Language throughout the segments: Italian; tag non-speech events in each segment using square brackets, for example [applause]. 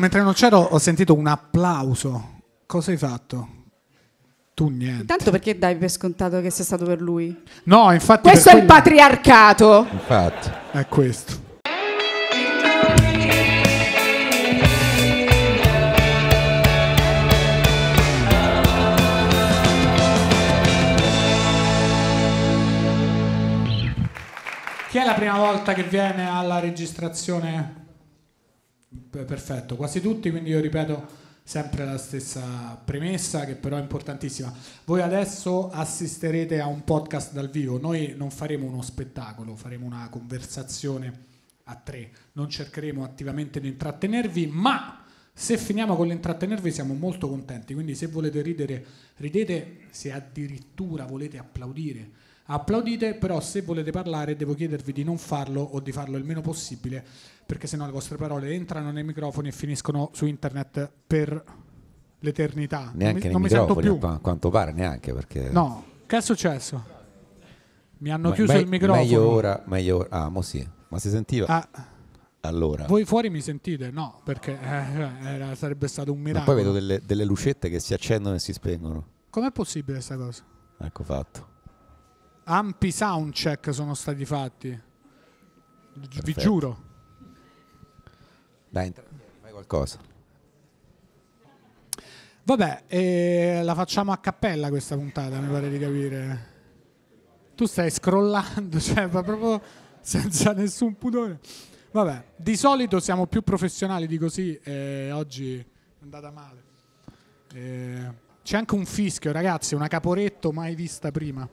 Mentre non c'ero ho sentito un applauso. Cosa hai fatto? Tu niente. Tanto perché dai per scontato che sia stato per lui? No, infatti per Questo è il quello- patriarcato. Infatti. È questo. Chi è la prima volta che viene alla registrazione? P- Perfetto, quasi tutti, quindi io ripeto sempre la stessa premessa che però è importantissima. Voi adesso assisterete a un podcast dal vivo, noi non faremo uno spettacolo, faremo una conversazione a tre, non cercheremo attivamente di intrattenervi, ma se finiamo con l'intrattenervi siamo molto contenti, quindi se volete ridere ridete, se addirittura volete applaudire applaudite, però se volete parlare devo chiedervi di non farlo o di farlo il meno possibile, perché sennò le vostre parole entrano nei microfoni e finiscono su internet per l'eternità. Non Neanche mi- nei non mi sento microfoni, più. a qua- quanto pare neanche perché... No, che è successo? Mi hanno Ma- chiuso me- il microfono. Meglio ora, meglio ora. Ah, mo sì. Ma si sentiva? Ah, allora. voi fuori mi sentite? No, perché eh, era- sarebbe stato un Ma miracolo. poi vedo delle, delle lucette che si accendono e si spengono. Com'è possibile questa cosa? Ecco fatto. Ampi soundcheck sono stati fatti. Gi- Vi Perfetto. giuro. Dai, entra, fai qualcosa. Vabbè, eh, la facciamo a cappella questa puntata, mi pare di capire. Tu stai scrollando, [laughs] cioè, ma proprio senza nessun pudore. Vabbè, di solito siamo più professionali di così e oggi è andata male. Eh, c'è anche un fischio, ragazzi, una caporetto mai vista prima.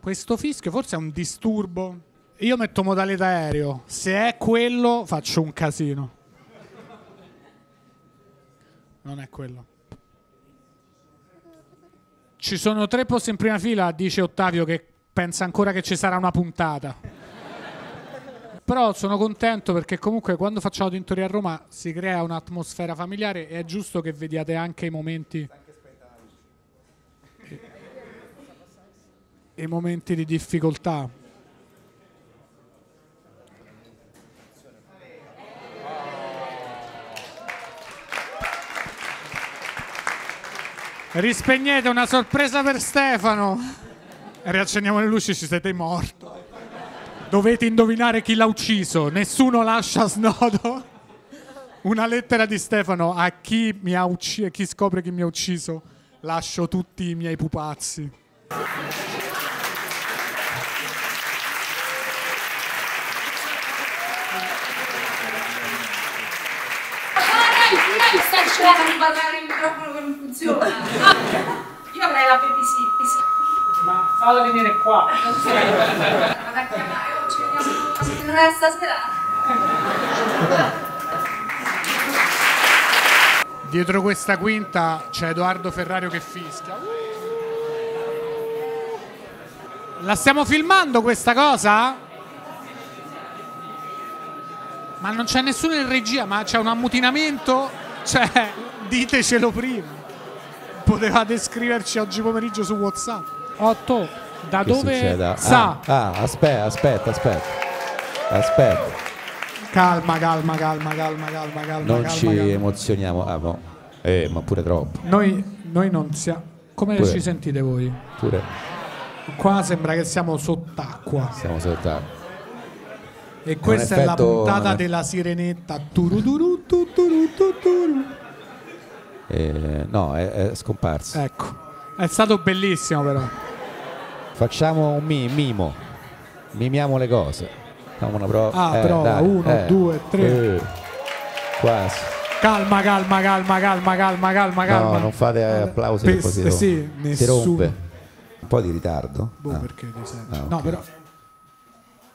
Questo fischio forse è un disturbo. Io metto modalità aereo. Se è quello, faccio un casino. Non è quello. Ci sono tre posti in prima fila, dice Ottavio che pensa ancora che ci sarà una puntata. Però sono contento perché comunque quando facciamo Tintori a Roma si crea un'atmosfera familiare e è giusto che vediate anche i momenti i momenti di difficoltà. Rispegnete una sorpresa per Stefano. Riaccendiamo le luci, ci siete morto. Dovete indovinare chi l'ha ucciso. Nessuno lascia snodo. Una lettera di Stefano a chi, mi ha ucci- a chi scopre chi mi ha ucciso. Lascio tutti i miei pupazzi. Ma che stai cercando di parlare il microfono che non funziona? Io avrei la babysitter. Ma falla venire qua. Vado a chiamare, oh, ci vediamo non è stasera. Dietro questa quinta c'è Edoardo Ferrario che fischia. La stiamo filmando questa cosa? Ma non c'è nessuno in regia, ma c'è un ammutinamento? Cioè, [laughs] ditecelo prima. Potevate scriverci oggi pomeriggio su WhatsApp. Otto, da Che dove succeda? sa? Ah, ah, aspetta, aspetta, aspetta. Aspetta. Calma, calma, calma, calma, calma, calma. Non calma, ci calma. emozioniamo. Ah, mo. Eh, ma pure troppo. Noi, noi non siamo... Come Pure. ci sentite voi? Pure Qua sembra che siamo sott'acqua siamo soltanto. e questa è la effetto- puntata un- della sirenetta. Turuduru, tuturu, tuturu. Eh, no, è, è scomparso. Ecco, è stato bellissimo però. Facciamo un mi- mimo. Mimiamo le cose. Facciamo una prova. Ah, Eh, prova. dai, Uno, due, tre. Eh, quasi. Calma, calma, calma, calma, calma, calma, calma. No, non fate eh, applausi Pe- che poi si eh, rompe. sì, si nessuno. rompe. Un po' di ritardo. Boh, Ah, perché ti serve? Ah, ok. No, però,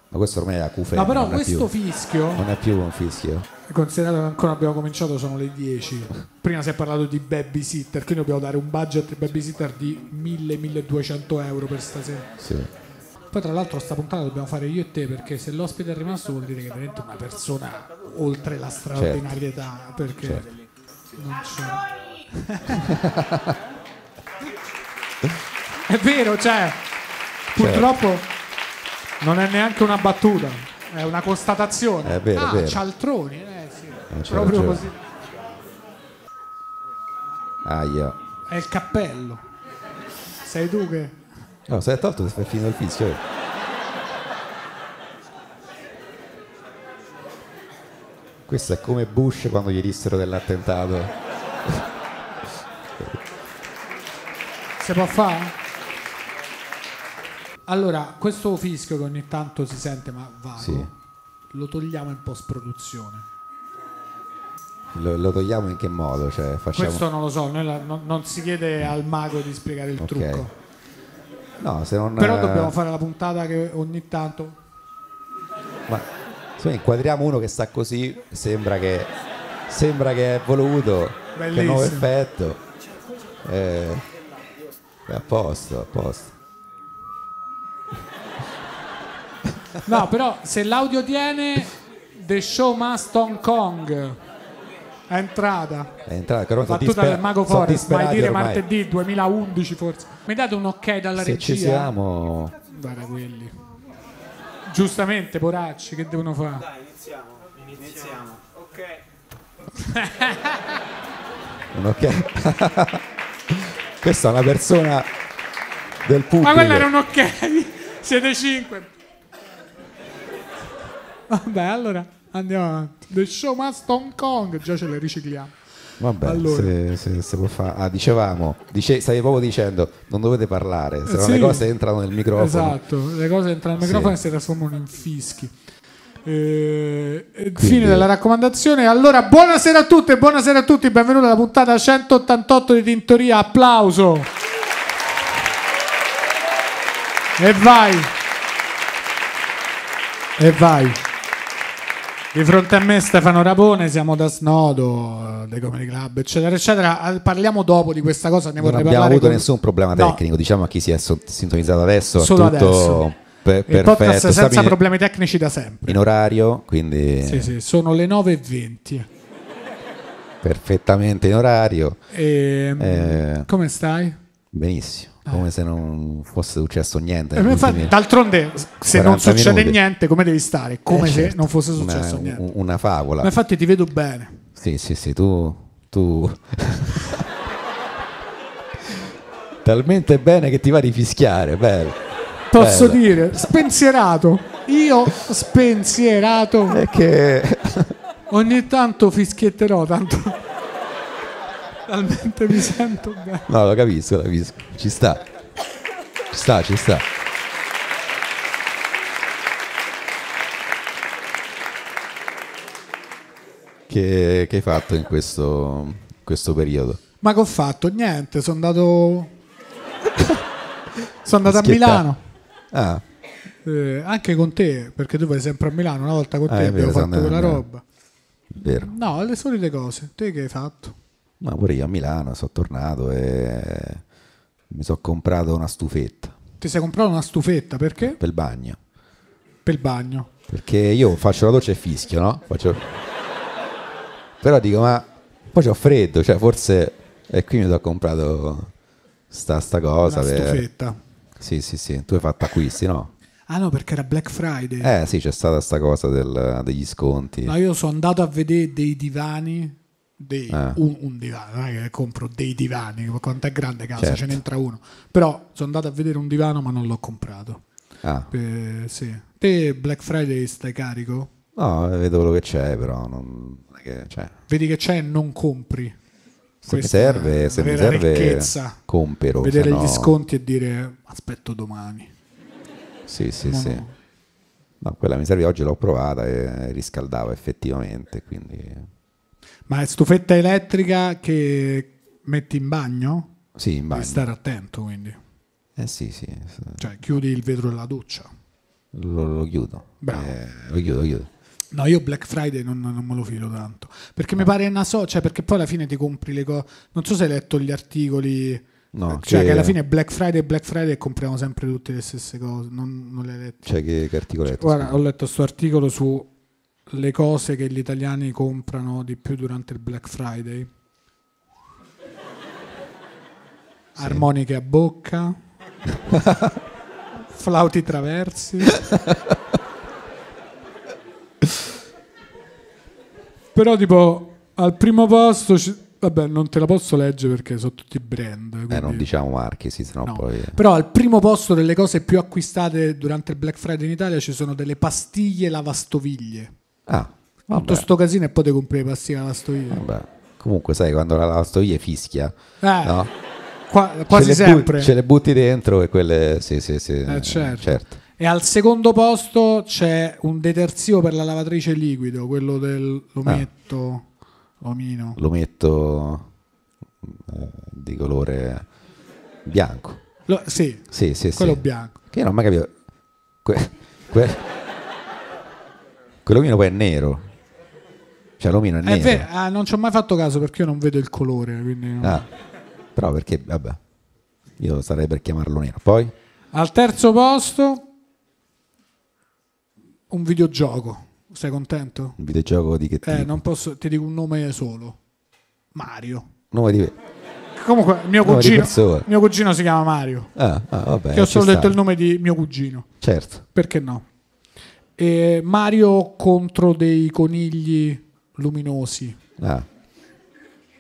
Ma questo ormai è la cuffia. no, però non è questo più- fischio, Non è più un fischio. considerato che ancora abbiamo cominciato, sono le 10. Prima si è parlato di babysitter, quindi dobbiamo dare un budget babysitter di 1000-1200 euro per stasera. Sì. Poi tra l'altro sta puntata dobbiamo fare io e te perché se l'ospite è rimasto vuol dire che è veramente una persona oltre la straordinarietà perché certo. non c'è. è vero, cioè purtroppo non è neanche una battuta, è una constatazione. È vero, è ah, vero. certo, cialtroni, eh, Non c'è Proprio ragione. così. Aia. È il cappello. Sei tu che... No, se l'è tolto è finito il fischio. eh. Questo è come Bush quando gli dissero dell'attentato. Si può fare? Allora, questo fischio che ogni tanto si sente ma vago, Sì. lo togliamo in post-produzione. Lo, lo togliamo in che modo? Cioè, facciamo... Questo non lo so, noi la- non, non si chiede al mago di spiegare il Ok. trucco. No, se non... Però eh, dobbiamo fare la puntata che ogni tanto... Ma se inquadriamo uno che sta così, sembra che, sembra che è voluto, che Bellissimo. nuovo effetto. Eh, è a posto, a posto. No, però se l'audio tiene, The Show Must Hong Kong. È entrata. È entrata, però sono Battuta dispera- del Mago sono Forest, vai disperati dire ormai. martedì 2011 forse. Mi date un ok dalla Se regia? ci siamo, Guarda quelli. Giustamente, poracci, che devono fare? Iniziamo. Iniziamo. Ok. un ok. [laughs] Questa è una persona del pubblico. Ma quello era un ok, [laughs] siete cinque. Vabbè, allora andiamo avanti. The show must Hong Kong, già ce le ricicliamo. Vabbè, Allora. se, se- se può fare. Ah, dicevamo, dice, stavi proprio dicendo, non dovete parlare, se no Sì. le cose entrano nel microfono. Esatto, le cose entrano al microfono Sì. e si trasformano in fischi. Eh, eh, Quindi- fine della raccomandazione. Allora, buonasera a tutte, buonasera a tutti, benvenuti alla puntata 188 di Tintoria. Applauso. E vai. E vai. Di fronte a me Stefano Rapone, siamo da Snodo, eh, dei Comedy Club, eccetera, eccetera. Ah, Parliamo dopo di questa cosa, ne Non vorrei abbiamo parlare. avuto con- nessun problema No, tecnico, diciamo a chi si è so- sintonizzato adesso, è Solo tutto adesso. pe- il podcast perfetto, senza stavi problemi tecnici da sempre. in orario, quindi Sì, sì, sono le 9.20. perfettamente in orario, E, Eh. Ehm, Come stai? benissimo, come se non fosse successo niente. Eh, negli infatti, ultimi- d'altronde, se non 40 succede minuti. niente, come devi stare? Come Eh, se certo, non fosse una- successo niente. un- Una favola. Ma infatti ti vedo bene. Sì, sì, sì, tu... tu... Talmente bene che ti va di fischiare, bello. Posso Bello. dire, spensierato. Io spensierato. È che [laughs] Ogni tanto fischietterò, tanto... [laughs] Talmente mi sento bene. No, lo capisco, lo capisco. Ci sta. Ci sta, ci sta. Che, che hai fatto in questo, in questo periodo? Ma che ho fatto? Niente, sono andato... [laughs] sono andato a Schietta- Milano. Ah, Eh, anche con te, perché tu vai sempre a Milano, una volta con Ah, te è abbiamo vero, sono fatto andato quella a Milano. roba. vero. No, le solite cose. Te che hai fatto? Ma pure io a Milano sono tornato e mi sono comprato una stufetta Ti sei comprato una stufetta perché? per il bagno. Per il bagno. Perché io faccio la doccia e fischio, no? Faccio- Però dico, ma poi c'ho freddo, cioè forse... E qui mi sono comprato sta, sta cosa. Una per- stufetta. Sì, sì, sì, tu hai fatto acquisti, no? Ah no, perché era Black Friday. Eh sì, c'è stata sta cosa del- degli sconti. No, io sono andato a vedere dei divani. dei- Ah. un, un divano, non è che compro dei divani, quanto è grande casa, Certo. ce ne entra uno. Però sono andato a vedere un divano, ma non l'ho comprato. Ah, Eh, sì. Te Black Friday stai carico? no, vedo quello che c'è, però non non è che... Cioè, Vedi che c'è e non compri. se mi Questa è serve, se la mi vera serve, ricchezza. compro. vedere se no- gli sconti e dire aspetto domani. Sì, sì, No, sì. no. No, quella mi serve oggi, l'ho provata e riscaldava effettivamente, quindi... Ma è stufetta elettrica che metti in bagno? Sì, in bagno. Devi stare attento, quindi. Eh sì, sì, s- Cioè, chiudi il vetro della doccia. lo, lo chiudo. Bravo. Eh, lo chiudo, lo chiudo. No, io Black Friday non, non me lo filo tanto. Perché mi pare una so, cioè perché poi alla fine ti compri le cose. Non so se hai letto gli articoli. No, cioè, che- che alla fine Black Friday e Black Friday compriamo sempre tutte le stesse cose. Non, non le hai lette. Cioè, che, che articoletto? Eh, Guarda, ho letto questo articolo su le cose che gli italiani comprano di più durante il Black Friday. Armoniche a [laughs] bocca, flauti traversi. Però tipo al primo posto... ci- Vabbè, non te la posso leggere perché sono tutti brand. Eh, quindi- non diciamo marchi, sì, sennò No. poi... eh. Però al primo posto delle cose più acquistate durante il Black Friday in Italia ci sono delle pastiglie lavastoviglie. Ah, Tutto vabbè, sto casino e poi te compri le pastiglie lavastoviglie. vabbè. Comunque, sai, quando la lavastoviglie fischia, Eh, no? qua- quasi ce le bu- sempre. ce le butti dentro e quelle... Sì, sì, sì. Eh, certo. certo. E al secondo posto c'è un detersivo per la lavatrice liquido, quello del l'ometto, omino. Lo metto eh, di colore bianco. Lo- sì, Sì, sì, sì. quello bianco. Che io non ho mai capito. Que- que- Quell'omino poi è nero. Cioè l'omino è Eh, nero. beh, ah, non ci ho mai fatto caso perché io non vedo il colore. quindi non- Ah, però perché, vabbè, io sarei per chiamarlo nero. Poi, Al terzo posto, un videogioco. Sei contento? un videogioco di che tipo? Eh, non posso, ti dico un nome solo. Mario. Nome di... Comunque, mio Nome di cugino, persona. mio cugino si chiama Mario. Ah, ah, vabbè. Che ho ci solo sta. detto il nome di mio cugino. Certo. Perché no? Eh, Mario contro dei conigli luminosi. Ah.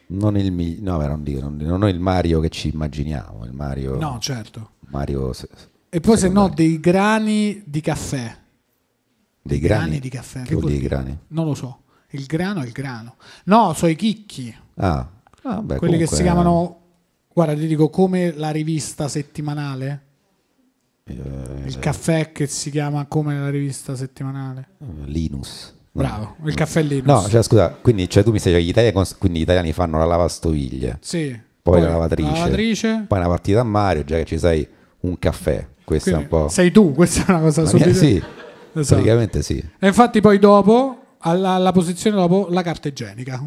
Non il mi- no, beh, non dico, non, non il Mario che ci immaginiamo, il Mario... No, certo. Mario se- se- E poi se no dei grani di caffè. dei grani. grani di caffè, che Che vuol vuol dire grani? Non lo so. Il grano è il grano. No, so i chicchi. Ah, ah, vabbè, quelli che comunque- si chiamano... Guarda, ti dico come la rivista settimanale. eh, Il caffè che si chiama come la rivista settimanale. eh, Linus. No. Bravo, il caffè Linus. No, cioè, scusa, quindi cioè, tu mi stai dicendo gli italiani, quindi gli italiani fanno la lavastoviglie, Sì. poi, la lavatrice, La lavatrice. poi una partita a Mario, già che ci sai un caffè, questa Quindi è un po'... Sei tu, [laughs] questa è una cosa La mia- subito. sì, Esatto. praticamente sì. E infatti poi dopo, alla, alla posizione dopo, la carta igienica.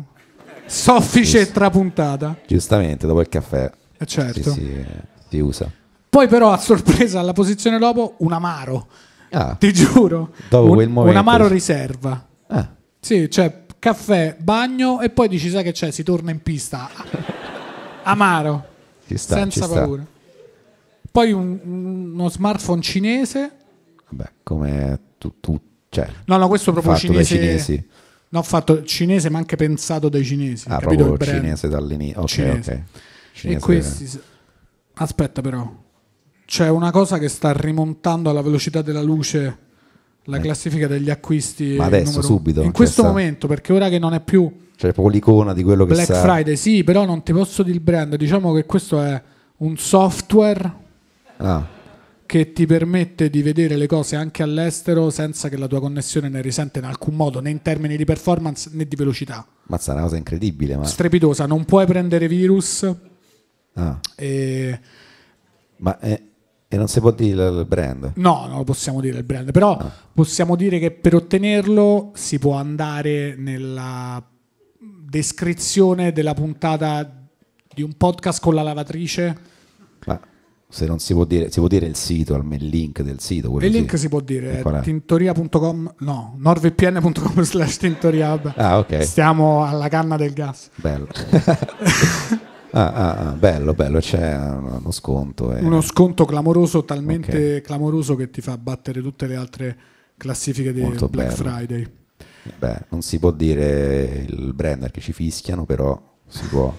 Soffice e trapuntata. Giustamente, dopo il caffè Eh, certo. sì, sì, si usa. Poi però a sorpresa alla posizione dopo un amaro. Ah, Ti giuro. Dopo un, quel momento un amaro dici- riserva. ah, Sì, cioè caffè, bagno e poi dici sai che c'è, si torna in pista. Amaro. ci sta, senza ci sta. paura. Poi un- uno smartphone cinese. Vabbè, come tu, tu cioè, No, no, questo proprio fatto dai cinese. cinesi. No, ho fatto cinese, ma anche pensato dai cinesi. Ah, capito il proprio brand? cinese dall'inizio. Ok, Cinese. ok. Cinese. E questi. s- Aspetta, però. C'è una cosa che sta rimontando alla velocità della luce la classifica degli acquisti. Eh. Ma adesso, numero- subito, In cioè, questo sta- momento, perché ora che non è più Cioè, proprio l'icona di quello che Black sa- Friday, sì, però non ti posso dire il brand. Diciamo che questo è un software Ah, che ti permette di vedere le cose anche all'estero senza che la tua connessione ne risente in alcun modo, né in termini di performance né di velocità. mazza, è una cosa incredibile, ma... Strepitosa, non puoi prendere virus. ah, E... ma è- e non si può dire il brand? No, non lo possiamo dire il brand, però possiamo dire che per ottenerlo si può andare nella descrizione della puntata di un podcast con la lavatrice. Ma se non si può dire, si può dire il sito, almeno il link del sito. quello Il sì. link si può dire E è qual è? tintoria.com, no, norvpn.com [laughs] slash tintoria. vabbè. Ah, ok. Stiamo alla canna del gas. Bello. [laughs] ah, ah, ah, bello, bello, c'è uno sconto. eh. Uno sconto clamoroso, talmente clamoroso che ti fa battere tutte le altre classifiche di Molto Black bello. Friday. Beh, non si può dire il brand perché ci fischiano, però si può.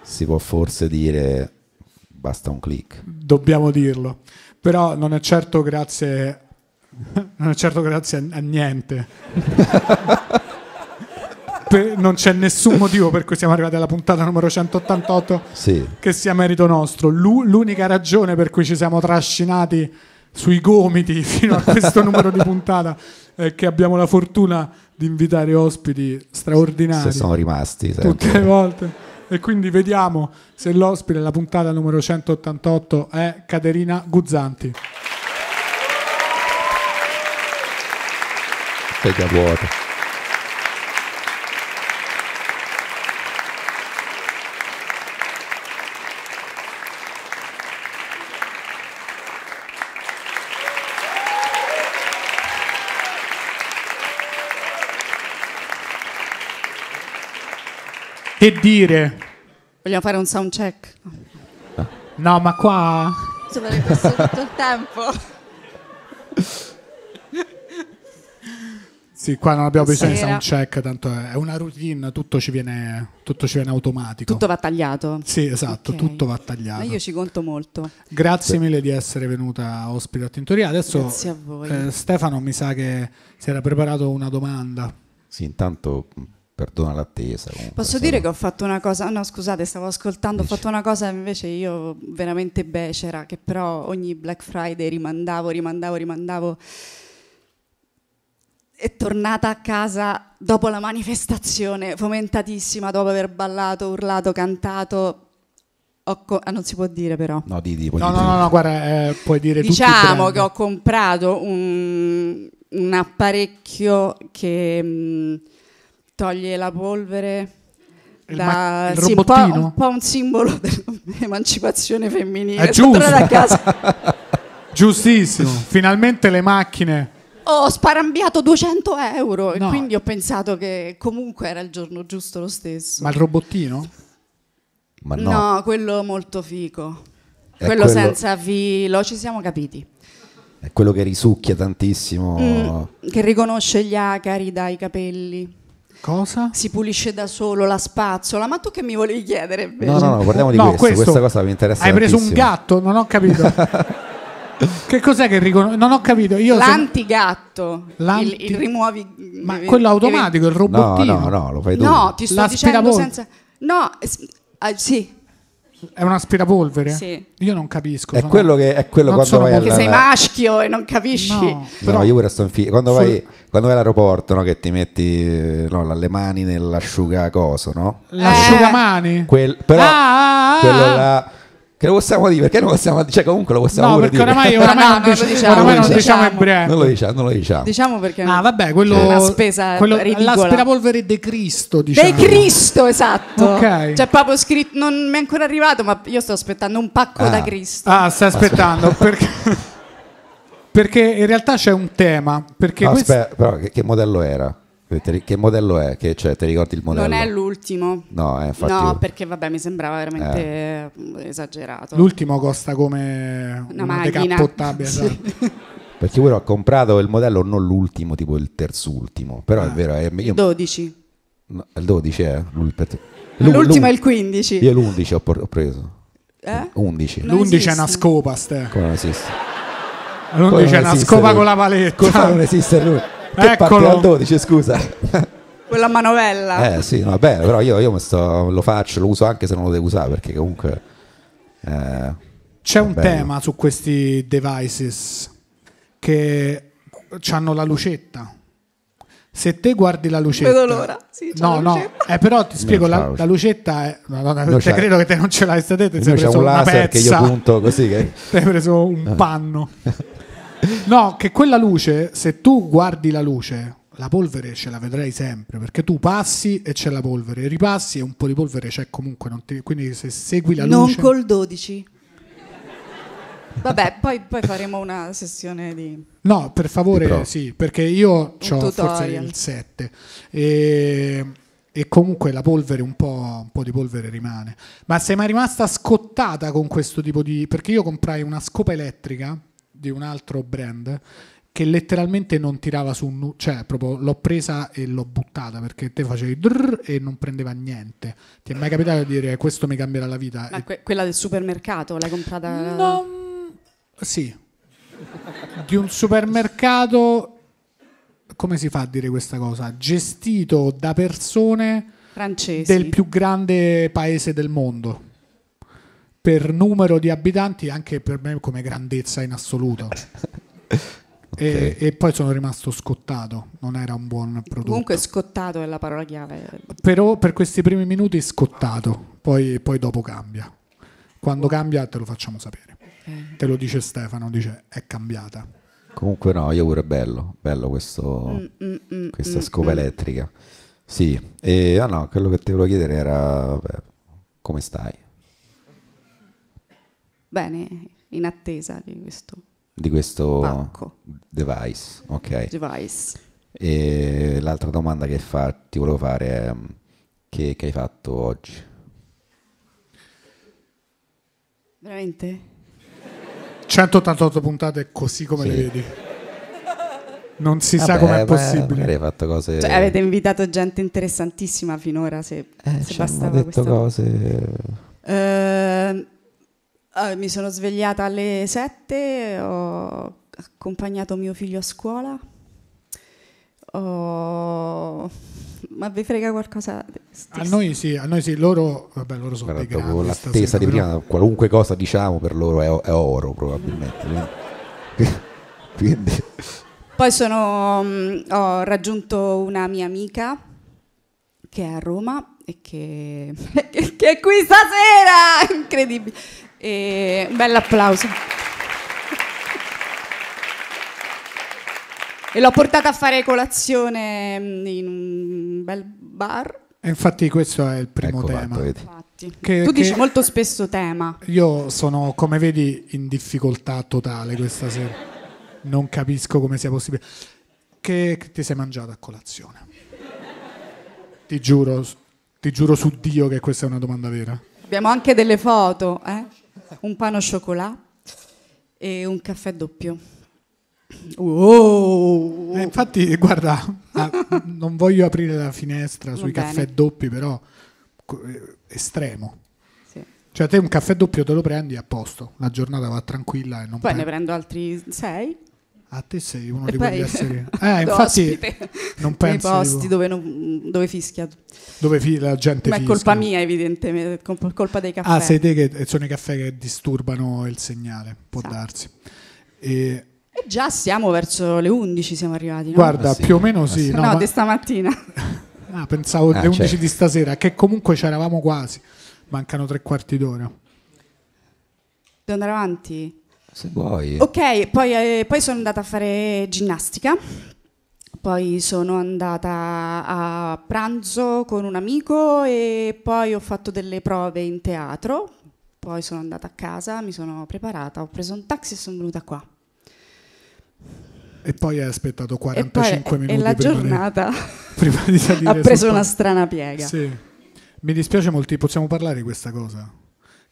si può forse dire basta un click. Dobbiamo dirlo. Però non è certo grazie [laughs] non è certo grazie a, a [laughs] niente. Per- non c'è nessun motivo per cui siamo arrivati alla puntata numero 188 Sì, che sia merito nostro. L'u- l'unica ragione per cui ci siamo trascinati sui gomiti [laughs] fino a questo numero di puntata è che abbiamo la fortuna di invitare ospiti se straordinari sono rimasti tutte sempre. le volte. E quindi vediamo se l'ospite della puntata numero 188 è Caterina Guzzanti. Sei già vuoto. Che dire? Vogliamo fare un sound check? No, ma qua Ci sarebbe passato tutto il tempo. Sì, qua non abbiamo bisogno di Sera. soundcheck, tanto è è una routine, tutto ci viene, tutto ci viene automatico. Tutto va tagliato. Sì, esatto, Ok. tutto va Ma tagliato. io ci conto molto. Grazie mille di essere venuta ospite a Tintoria. Adesso Grazie a voi. eh, Stefano mi sa che si era preparato una domanda. Sì, intanto mh, perdona l'attesa. comunque, Posso sono- dire che ho fatto una cosa, no scusate, stavo ascoltando, ho fatto una cosa invece io veramente becera, che però ogni Black Friday rimandavo, rimandavo, rimandavo. È tornata a casa dopo la manifestazione, fomentatissima, dopo aver ballato, urlato, cantato. Ho co- ah, non si può dire però. No, di, di, No, no, no, no, guarda, eh, puoi dire tutti i Diciamo brand. che ho comprato un, un apparecchio che mm, toglie la polvere. Il da- ma- il sì, un, po', robottino? un po' un simbolo [laughs] dell'emancipazione femminile. È Sono giusto. tornata a casa. [laughs] Giustissimo, finalmente le macchine. Ho sparambiato 200 euro No. e quindi ho pensato che comunque era il giorno giusto lo stesso. Ma il robottino? Ma no. no. quello molto fico. È quello, quello- senza filo, ci siamo capiti. è quello che risucchia tantissimo. Mm, che riconosce gli acari dai capelli. Cosa? si pulisce da solo la spazzola. Ma tu che mi volevi chiedere? invece? No, no, no, parliamo di No, questo. Questa cosa mi interessa Hai preso un tantissimo. gatto, non ho capito. [laughs] che cos'è che riconosce? Non ho capito. Io sono- L'antigatto, L'anti- il, il rimuovi. Ma quello automatico, il No, robottino. no, no, lo fai tu. No, ti sto dicendo L'aspirapolvere. senza. No, eh, s- ah, sì, È un aspirapolvere? Sì. Io non capisco. È sono- quello che è quello Non quando sono vai molto- che Allora- sei alla- maschio e non capisci. No, No, però- io pure sto in fi- quando, Sul- vai, quando vai all'aeroporto no, che ti metti eh, no, la- le mani nell'asciugacoso, no? Eh. L'asciugamani? Quel- però Ah, ah, ah, quello ah. là che lo possiamo dire, perché non possiamo dire? Cioè, comunque lo possiamo No, pure perché dire. oramai, [laughs] [laughs] No, oramai non, no, non lo dici- diciamo, oramai non non lo diciamo il diciamo. brand. Non lo diciamo, non lo diciamo. Diciamo perché Ah, vabbè, quello È una spesa ridicola. L'aspirapolvere de Cristo, diciamo. De Cristo, esatto. Ok. C'è proprio scritto, non mi è ancora arrivato, ma io sto aspettando un pacco Ah. da Cristo. Ah, stai aspettando perché perché in realtà c'è un tema, perché No, questo- aspetta, però che, che modello era? Che te- Che modello è? Che, cioè, ti ricordi il modello? Non è l'ultimo. No, eh, infatti No, io- perché vabbè, mi sembrava veramente eh, esagerato. l'ultimo costa come Una una, macchina. decappottabile, [laughs] Sì. esatto. Perché pure ho comprato il modello non l'ultimo, tipo il terzultimo, però Ah. è vero, è, io, 12. no, il 12 è l'ul- per- l'u- L'ultimo è l'un- il 15. Io l'11 ho, por- ho preso. Eh? 11. No. Non L'11 è esiste. una scopa, ste. Come non esiste? Come L'11 è non una esiste scopa lui? con la Come paletta. non esiste lui? Che parte Eh, Eccolo. dal 12, scusa. Quella manovella. Eh sì, no, vabbè, però io, io mi sto- lo faccio, lo uso anche se non lo devo usare perché comunque... eh, C'è un Bello. tema su questi devices che hanno la lucetta. Se te guardi la lucetta, Vedo l'ora. Sì, c'ha no, la no, lucetta. eh, però ti spiego: c'ha la la, lucetta. la lucetta è. Madonna, Noi te c'ha- credo che te non ce l'hai stata, te sei Noi c'è preso un una laser che io pezza. [laughs] punto Eh. così che... Ti hai preso un panno. [laughs] No, che quella luce, se tu guardi la luce, la polvere ce la vedrai sempre, perché tu passi e c'è la polvere, ripassi e un po' di polvere c'è comunque, non ti- quindi se segui la non luce... col 12. Vabbè, poi, poi faremo una sessione di... No, per favore, Di pro. sì, perché io ho forse tutorial. il 7 e, e comunque la polvere, un po', un po' di polvere rimane. Ma sei mai rimasta scottata con questo tipo di... Perché io comprai una scopa elettrica di un altro brand che letteralmente non tirava su un... nu- cioè proprio l'ho presa e l'ho buttata perché te facevi drrr e non prendeva niente. Ti è mai capitato di dire questo mi cambierà la vita? Ma E- que- quella del supermercato, l'hai comprata... No, mm, sì. Di un supermercato, come si fa a dire questa cosa? Gestito da persone Francesi. del più grande paese del mondo. Per numero di abitanti, anche per me come grandezza in assoluto. E, e poi sono rimasto scottato, non era un buon prodotto. Comunque scottato è la parola chiave. Però per questi primi minuti scottato, poi, poi dopo cambia. Quando cambia te lo facciamo sapere. Te lo dice Stefano, dice è cambiata. Comunque no, io pure bello, bello questo, Mm, Oh, questa scopa elettrica. Sì, e ah no, quello che ti volevo chiedere era vabbè, come stai Bene, in attesa di questo di questo Pacco. device, ok. device. E l'altra domanda che fa- ti volevo fare è mm, che, che hai fatto oggi? Veramente? 188 puntate così come Sì. le vedi. Non si sa Vabbè, com'è ma- possibile. Magari hai fatto cose... Cioè, avete invitato gente interessantissima finora, se, eh, se ci hanno bastava detto questa cosa. cose... Ehm, eh, mi sono svegliata alle 7, ho accompagnato mio figlio a scuola. Ho- Ma vi frega qualcosa? A noi sì, a noi sì, loro, vabbè, loro sono Guarda, dei dopo grandi l'attesa stasera, di però- prima, qualunque cosa diciamo per loro è, è oro probabilmente. quindi- Quindi, [laughs] Poi sono, mh, ho raggiunto una mia amica che è a Roma e che, [laughs] che è qui stasera, incredibile. E un bel applauso. E l'ho portata a fare colazione mh, in un bel bar. E infatti questo è il primo ecco tema. fatto, vedi. Infatti. Che- tu dici che- molto spesso tema. Io sono, come vedi, in difficoltà totale questa sera. Non capisco come sia possibile. Che, che ti sei mangiato a colazione? Ti giuro, ti giuro su Dio che questa è una domanda vera. Abbiamo anche delle foto, eh? un pano au chocolat e un caffè doppio. Wow! Eh, infatti, guarda, ah, non voglio aprire la finestra sui bene. caffè doppi, però co- eh, estremo. Sì. Cioè, te un caffè doppio te lo prendi a posto, la giornata va tranquilla e non Poi prendi- ne prendo altri sei. A te sei uno E di poi quegli [laughs] esseri. Eh, infatti, ospite. non nei penso. posti tipo- dove, non- dove fischia. Dove fi- la gente Ma è fischia. colpa mia, evidentemente, è col- colpa dei caffè. Ah, sei te che eh, sono i caffè che disturbano il segnale, può Esatto. darsi. E, E già siamo verso le 11, siamo arrivati. No, guarda, Ah, sì. più o meno sì. no, no, ma- di stamattina. ah, pensavo Ah, alle 11 certo. di stasera, che comunque c'eravamo quasi. Mancano tre quarti d'ora. Devo andare avanti. Se vuoi. Ok, poi, eh, poi sono andata a fare ginnastica, poi sono andata a pranzo con un amico e poi ho fatto delle prove in teatro, poi sono andata a casa, mi sono preparata, ho preso un taxi e sono venuta qua. E poi hai aspettato E poi 45 è- è minuti la prima di- giornata [laughs] prima, di salire. [laughs] ha sul preso palco. una strana piega. Sì. Mi dispiace molto, possiamo parlare di questa cosa?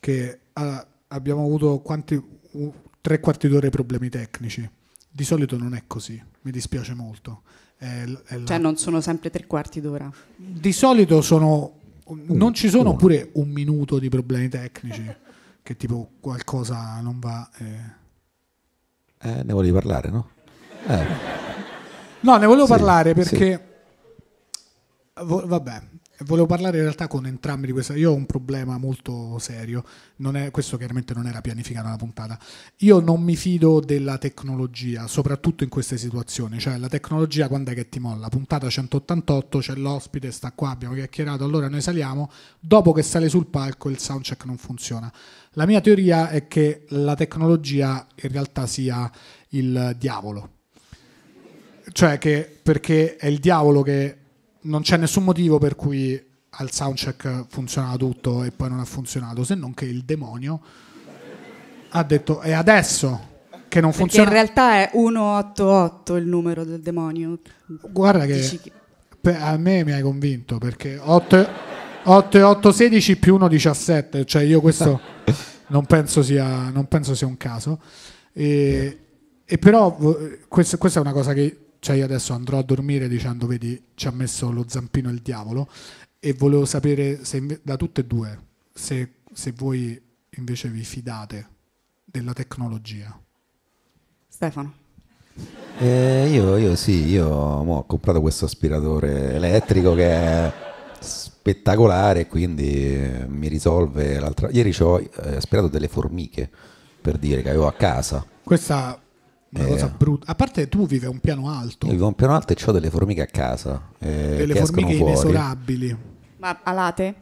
Che ah, abbiamo avuto quanti, u- tre quarti d'ora problemi tecnici. Di solito non è così, mi dispiace molto. È l- è la- Cioè non sono sempre tre quarti d'ora. Di solito sono, non ci sono pure un minuto di problemi tecnici, che tipo qualcosa non va. eh. Eh, ne volevi parlare, no? Eh, No, ne volevo Sì, parlare perché. vo- vabbè, volevo parlare in realtà con entrambi di questa. Io ho un problema molto serio. Non è- questo chiaramente non era pianificato nella puntata. Io non mi fido della tecnologia, soprattutto in queste situazioni. Cioè, la tecnologia quando è che ti molla? Puntata 188, c'è l'ospite, sta qua, abbiamo chiacchierato, allora noi saliamo. Dopo che sale sul palco il soundcheck non funziona. La mia teoria è che la tecnologia in realtà sia il diavolo cioè che perché è il diavolo che non c'è nessun motivo per cui al soundcheck funzionava tutto e poi non ha funzionato, se non che il demonio ha detto è adesso che non Perché in funziona. realtà è 188 il numero del demonio. Guarda Dici che che- per- a me mi hai convinto perché 8 8 e 8 16 più 1 17, cioè io questo non penso sia, non penso sia un caso. E, e però v- questa, questa è una cosa che cioè io adesso andrò a dormire dicendo vedi ci ha messo lo zampino il diavolo e volevo sapere se inve- da tutte e due se, se voi invece vi fidate della tecnologia. Stefano. Eh, io, io sì, io mo ho comprato questo aspiratore elettrico che è spettacolare, quindi eh, mi risolve l'altra. Ieri ci ho eh, aspirato delle formiche, per dire, che avevo a casa. Questa è una Eh. cosa brutta. A parte tu vive un piano alto. Io vivo a un piano alto e ho delle formiche a casa. eh, delle che formiche escono fuori. inesorabili. Ma alate?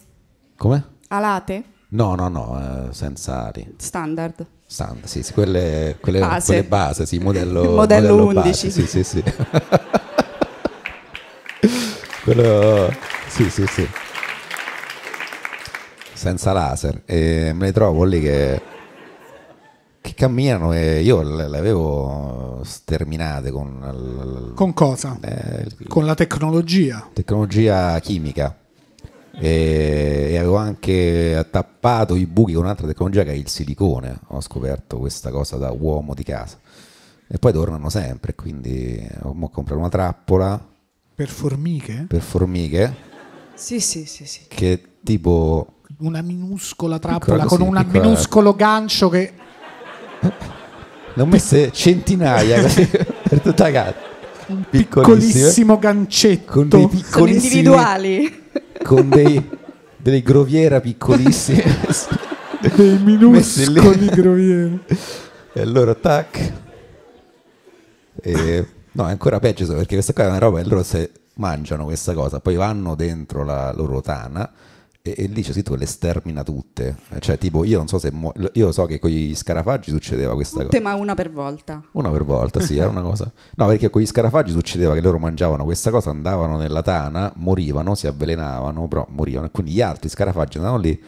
Come? Alate? No, no, no, eh, senza ali. Standard. Stand, sì, sì, quelle, quelle, Base. quelle base, sì, modello, Il [laughs] modello base, 11. sì, sì, [laughs] sì. Quello, sì, sì, sì. Senza laser. E me le trovo lì che, che camminano e io le le avevo sterminate con, Con cosa? l- eh, Con la tecnologia. tecnologia chimica e, e avevo anche tappato i buchi con un'altra tecnologia che è il silicone. Ho scoperto questa cosa da uomo di casa. e poi tornano sempre, quindi ho mo comprato una trappola Per formiche? per formiche Sì, sì, sì, sì. che tipo Una minuscola Piccola trappola così, con un piccola- minuscolo gancio che ne ho messe centinaia [laughs] così per tutta la casa. Piccolissime, piccolissimo gancetto. con dei Sono piccolissimi individuali. con dei delle groviera piccolissime. [laughs] dei messi lì. minuscoli grovieri. [laughs] e allora tac. E, no, è ancora peggio so, perché questa qua è una roba e loro se mangiano questa cosa, poi vanno dentro la loro tana e, e lì c'è scritto che le stermina tutte. Eh, Cioè, tipo, io non so se muo- io so che con gli scarafaggi succedeva questa cosa. Tutte ma una per volta. Una per volta, sì, era una cosa. No, perché con gli scarafaggi succedeva che loro mangiavano questa cosa, andavano nella tana, morivano, si avvelenavano, però morivano. E quindi gli altri scarafaggi andavano lì,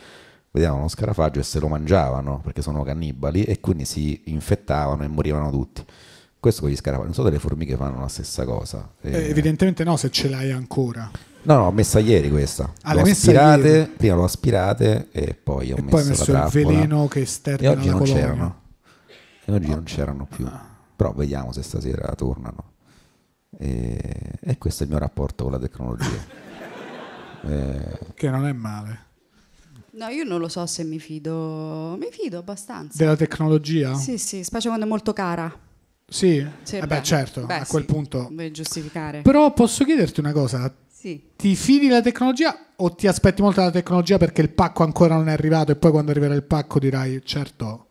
vedevano uno scarafaggio e se lo mangiavano, perché sono cannibali, e quindi si infettavano e morivano tutti. Questo con gli scarafaggi. Non so se le formiche fanno la stessa cosa. Eh, Eh, evidentemente no, se ce l'hai ancora. No, no, ho messa ieri questa. Ah, lo l'hai messa aspirate, ieri? prima lo aspirate e poi ho E messo, poi hai messo la il trappola. veleno che E stermina oggi la non colonia. Ah. c'erano. E oggi non c'erano più. Però vediamo se stasera tornano. E, e questo è il mio rapporto con la tecnologia. [laughs] Eh, Che non è male. No, io non lo so se mi fido. Mi fido abbastanza. Della tecnologia? Sì, sì, specie quando è molto cara. Sì? Sì, Eh beh, beh, certo, beh, a quel sì, punto. Vuoi giustificare? Però posso chiederti una cosa, Sì. ti fidi della tecnologia o ti aspetti molto dalla tecnologia perché il pacco ancora non è arrivato e poi quando arriverà il pacco dirai certo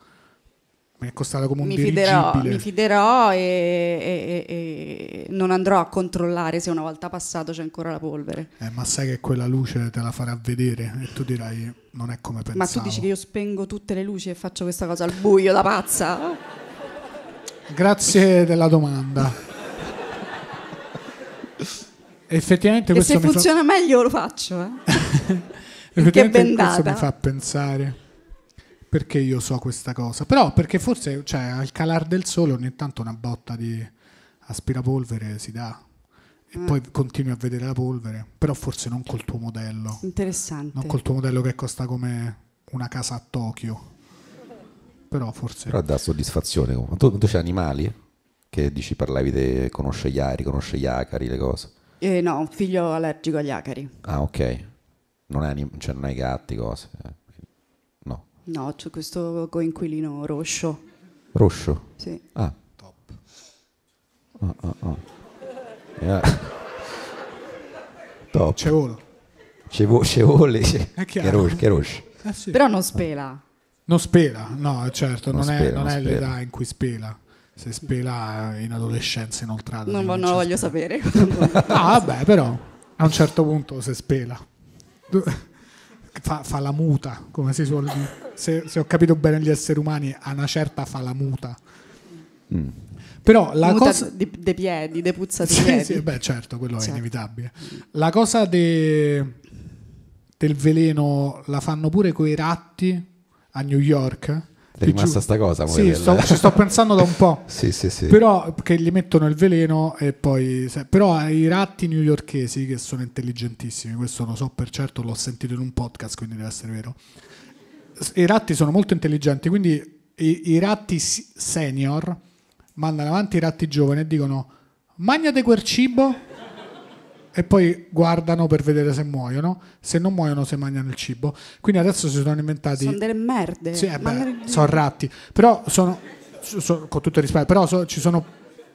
mi è costato come un Mi fiderò, dirigibile mi fiderò e, e- e- e non andrò a controllare se una volta passato c'è ancora la polvere. Eh, ma sai che quella luce te la farà vedere e tu dirai non è come pensavo Ma tu dici che io spengo tutte le luci e faccio questa cosa al buio da pazza? grazie della domanda [laughs] effettivamente Che questo se mi fa- funziona meglio lo faccio. eh. Effettivamente Che bendata. questo mi fa pensare perché io so questa cosa. Però perché forse cioè, al calar del sole ogni tanto una botta di aspirapolvere si dà Mm. e poi continui a vedere la polvere, però forse non col tuo modello, Interessante. non col tuo modello che costa come una casa a Tokyo. Però forse però dà soddisfazione. Ma tu, tu c'hai animali? Che dici parlavi di conosce gli ari, conosce gli acari, le cose. Eh, no, ho un figlio allergico agli acari. Ah, ok. Non hai, anim- cioè, non hai gatti, cose. eh. No. No, c'è questo coinquilino roscio. Roscio. Sì. Ah. Top. [laughs] Top. c'è volo. Ce vo- ce vole. È Che chiaro. roscio, che roscio. Eh sì. Però non spela. Non spela, no, certo, non, Non è, spela, non non è spela. l'età in cui spela. Se spela eh, in adolescenza inoltrata. Non, non vo- non c'è lo voglio sapere. Vabbè, No, vabbè, però a un certo punto si spela. Du- Fa, fa la muta, come si suol dire. Se, se ho capito bene gli esseri umani, a una certa fa la muta. Mm. Però la [laughs] [laughs] Muta cosa... di, dei piedi, de puzza di Sì, piedi. sì, beh, certo, quello è Certo. inevitabile. La cosa de- del veleno la fanno pure coi ratti a New York. È rimasta sta cosa, mo, Sì, del- sto- ci sto pensando da un po'. [laughs] Sì, sì, sì. Però che gli mettono il veleno e poi. se- Però i ratti newyorkesi che sono intelligentissimi, questo lo so per certo, l'ho sentito in un podcast, quindi deve essere vero. S- I ratti sono molto intelligenti, quindi i, i ratti si- senior mandano avanti i ratti giovani e dicono: Magnate quel cibo. E poi guardano per vedere se muoiono. Se non muoiono, se mangiano il cibo. Quindi adesso si sono inventati. Sono delle merde. Sì, eh Ma beh, non- sono ratti. Però sono, so- so- con tutto il rispetto, però so- ci sono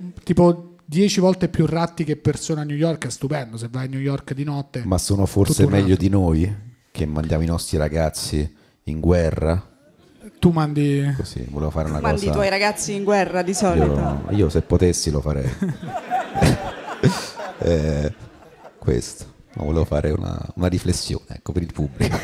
mm, tipo 10 volte più ratti che persone a New York, è stupendo, se vai a New York di notte. Ma sono forse tutto un meglio altro. di noi che mandiamo i nostri ragazzi in guerra? Tu mandi... Così, volevo fare una Mandi i tuoi cosa. ragazzi in guerra di solito. Io, io se potessi lo farei. [laughs] Eh, questo. Ma volevo fare una, una riflessione, ecco, per [laughs] il pubblico.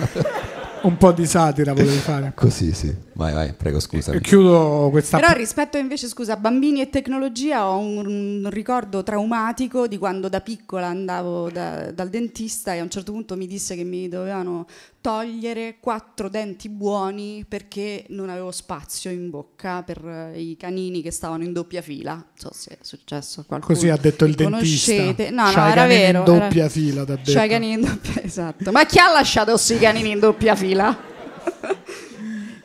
Un po' di satira [laughs] volevi fare. Così, sì. Vai, vai, prego, E scusami. chiudo questa... Però rispetto invece, scusa, a bambini e tecnologia ho un, un ricordo traumatico di quando da piccola andavo da- dal dentista e a un certo punto mi disse che mi dovevano togliere quattro denti buoni perché non avevo spazio in bocca per eh, i canini che stavano in doppia fila. Non so se è successo a qualcuno. Così ha detto che il dentista. conoscete. No, no, C'hai i era canini in vero. era- doppia fila, t'ha detto. C'hai i canini in doppia, esatto. Ma chi ha lasciato questi canini in doppia [laughs] fila?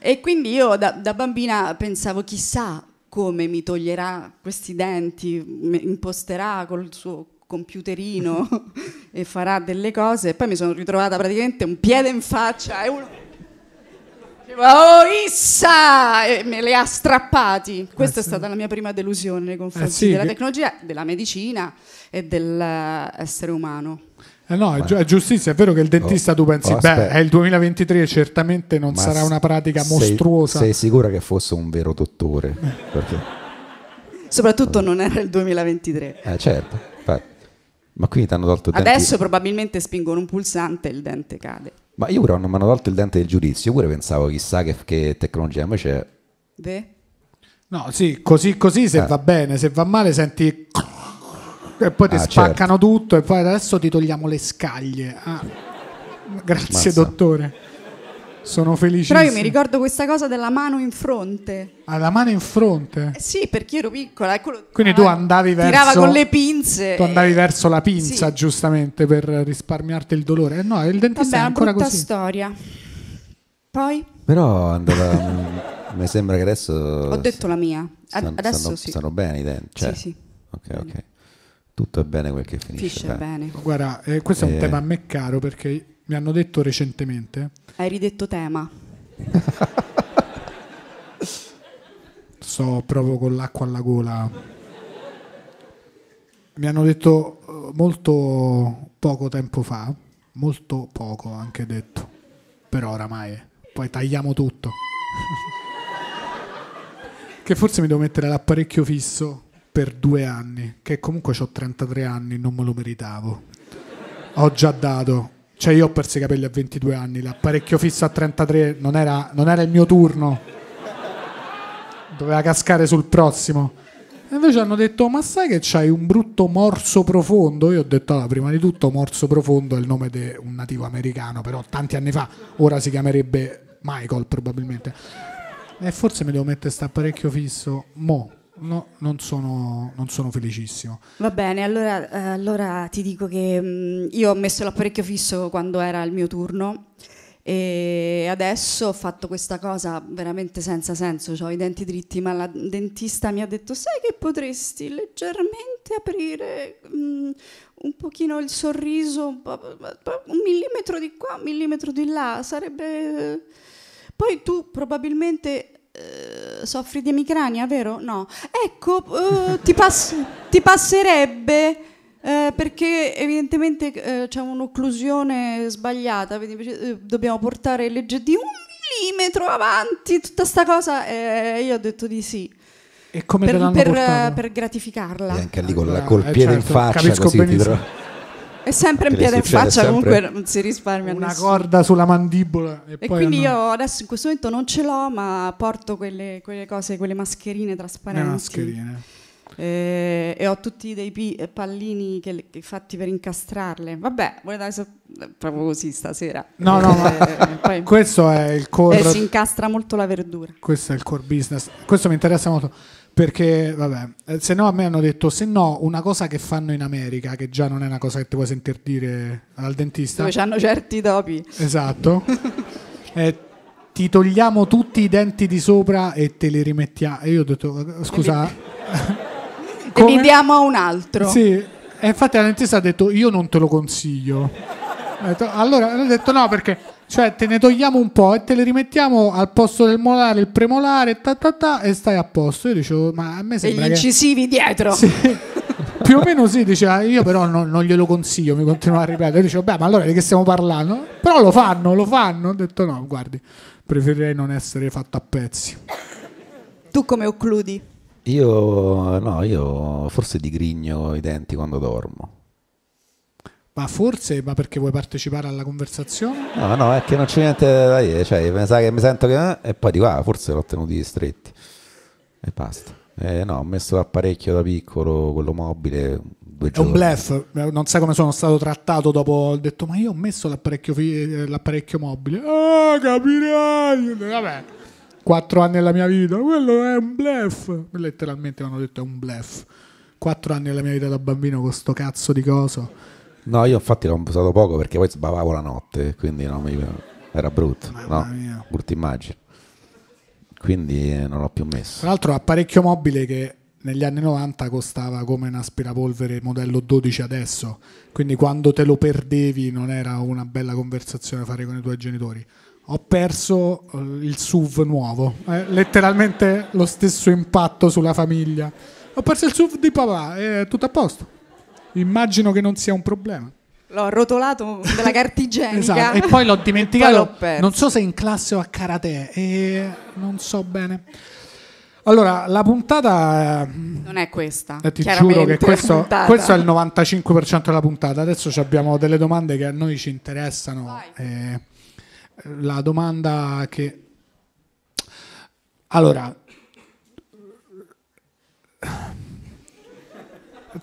E quindi io da, da bambina pensavo, chissà come mi toglierà questi denti, mi imposterà col suo [laughs] computerino e farà delle cose e poi mi sono ritrovata praticamente un piede in faccia e uno diceva oh issa e me le ha strappati questa è Eh, sì. Eh, stata la mia prima delusione nei confronti sì, della che- tecnologia della medicina e dell'essere umano Eh no, è, giu- è giustizia, è vero che il dentista Oh, tu pensi, oh, beh, aspetta. è il 2023 e certamente non Ma sarà s- una pratica sei- mostruosa. Sei, sicura che fosse un vero dottore? Perché, soprattutto non era il 2023 eh, certo, infatti. ma quindi ti hanno tolto il dente. adesso probabilmente spingono un pulsante e il dente cade Ma io pure non mi hanno tolto il dente del giudizio, io pure pensavo chissà che, che tecnologia, invece Ve? No, sì, così così se Eh. va bene, se va male senti e poi ti Ah, spaccano tutto e poi adesso ti togliamo le scaglie. Ah, Grazie Mazza. dottore. Sono felicissimo. però io mi ricordo questa cosa della mano in fronte Ha la mano in fronte. Eh sì, perché ero piccola. e quello Quindi tu tirava- andavi verso Tirava con le pinze. Tu andavi verso la pinza, Eh, Sì. giustamente, per risparmiarti il dolore. Eh No, il Vabbè, dentista è una ancora brutta così. storia. Poi però è andata... [laughs] mm, mi sembra che adesso... ho detto la mia. Ad- stanno, adesso stanno- sì. stanno bene i denti. Cioè, Sì, sì. Ok, ok. Tutto è bene quel che finisce. Finisce bene. bene. Guarda, eh, questo è un Eh. tema a me caro perché mi hanno detto recentemente, Hai ridetto tema. sto proprio con l'acqua alla gola, mi hanno detto eh, molto poco tempo fa, molto poco anche detto, però oramai, eh. poi tagliamo tutto. [laughs] che forse mi devo mettere l'apparecchio fisso per due anni, che comunque ho 33 anni, non me lo meritavo. Ho già dato. Cioè io ho perso i capelli a 22 anni, l'apparecchio fisso a 33 non era, non era il mio turno. Doveva cascare sul prossimo. E invece hanno detto, ma sai che c'hai un brutto morso profondo? Io ho detto, allora, prima di tutto morso profondo è il nome di un nativo americano, però tanti anni fa, ora si chiamerebbe Michael probabilmente. E forse mi devo mettere st'apparecchio fisso. Mo, no, non sono, non sono felicissimo. Va bene, allora, eh, allora ti dico che mh, io ho messo l'apparecchio fisso quando era il mio turno e adesso ho fatto questa cosa veramente senza senso, ho i denti dritti, ma la dentista mi ha detto sai che potresti leggermente aprire mh, un pochino il sorriso, un, po', un millimetro di qua, un millimetro di là, sarebbe... Poi tu probabilmente eh, soffri di emicrania, vero? No. Ecco, eh, ti, pass- ti passerebbe eh, perché evidentemente eh, c'è un'occlusione sbagliata, quindi invece, eh, dobbiamo portare legge di un millimetro avanti, tutta sta cosa. eh, io ho detto di sì. E come te Per, l'hanno per- eh, portato? per gratificarla. E anche lì con la, Allora, col eh, piede certo, in faccia capisco così ti benissimo. trovi- È sempre in Che le piede in succede faccia, sempre? comunque non si risparmia Una nessuno. corda sulla mandibola. E, E poi quindi hanno- io adesso in questo momento non ce l'ho, ma porto quelle, quelle cose, quelle mascherine le trasparenti. mascherine. Eh, e ho tutti dei pi- pallini che le- che fatti per incastrarle. Vabbè, volete so- proprio così stasera. No, no, ma Eh, [laughs] poi- questo è il core. eh, si incastra molto la verdura. Questo è il core business. Questo mi interessa molto perché, vabbè, eh, se no a me hanno detto, se no una cosa che fanno in America, che già non è una cosa che ti puoi sentir dire al dentista, Dove c'hanno certi topi. esatto, eh, ti togliamo tutti i denti di sopra e te li rimettiamo. E io ho detto, eh, scusa, eh, E li Come? diamo a un altro. Sì, e infatti la dentista ha detto io non te lo consiglio. Ha detto- allora ha detto no perché cioè te ne togliamo un po' e te le rimettiamo al posto del molare, il premolare, ta ta ta e stai a posto. Io dicevo ma a me e gli sembra che incisivi dietro. Sì. più o meno sì, diceva io però non, non glielo consiglio, mi continua a ripetere. Io dicevo beh ma allora di che stiamo parlando? Però lo fanno, lo fanno. Ho detto no, guardi, preferirei non essere fatto a pezzi. Tu come occludi? Io no, io forse digrigno i denti quando dormo. Ma forse, ma perché vuoi partecipare alla conversazione? No, no, è che non c'è niente da dire, cioè mi sa che mi sento che eh, e poi di qua forse l'ho tenuti stretti e basta. Eh, no, ho messo l'apparecchio da piccolo, quello mobile, due È un giorni. bluff, non sai come sono stato trattato dopo, ho detto ma io ho messo l'apparecchio, fi- eh, l'apparecchio mobile. Ah, capirai! Vabbè, quattro anni della mia vita, quello è un bluff. Letteralmente mi hanno detto è un bluff. Quattro anni della mia vita da bambino con sto cazzo di coso. No, io infatti l'ho usato poco perché poi sbavavo la notte, quindi no, mi- era brutto, Mamma no, mia. brutta immagine. quindi eh, non l'ho più messo. Tra l'altro apparecchio mobile che negli anni 90 costava come un aspirapolvere modello 12 adesso, quindi quando te lo perdevi non era una bella conversazione fare con i tuoi genitori. Ho perso eh, il SUV nuovo, eh, letteralmente lo stesso impatto sulla famiglia. Ho perso il SUV di papà, è tutto a posto. Immagino che non sia un problema. L'ho rotolato della carta igienica. Esatto, e poi [laughs] l'ho dimenticato. Poi l'ho perso. non so se in classe o a karate, e non so bene. Allora, la puntata, eh, Non è questa. eh, ti chiaramente, giuro che questo, puntata. questo è il 95% della puntata. Adesso ci abbiamo delle domande che a noi ci interessano. Vai. Eh, la domanda che... Allora,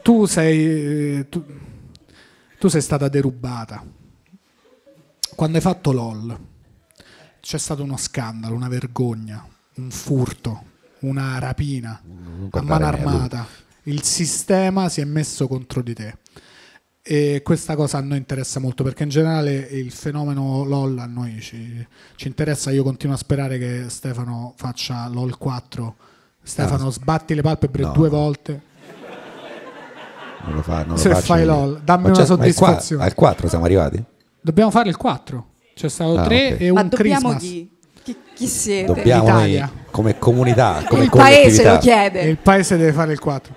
tu sei... eh, Tu, tu sei stata derubata. Quando hai fatto LOL c'è stato uno scandalo, una vergogna, un furto, una rapina a guardare mano me, lui. armata. Il sistema si è messo contro di te. E questa cosa a noi interessa molto perché in generale il fenomeno LOL a noi ci, ci interessa. Io continuo a sperare che Stefano faccia LOL 4. Stefano, sbatti le palpebre Ah. No. due volte. Non lo fa, non lo Se faccio fai io. LOL, dammi Ma una c'è- ma il qua- soddisfazione. Al 4 siamo arrivati? Dobbiamo fare il 4. C'è stato Ah, 3 ok. e Ma un dobbiamo Christmas. chi? chi? chi siete? Dobbiamo noi, L'Italia. come comunità, come Eh, il paese collettività. lo chiede. E il paese deve fare il 4.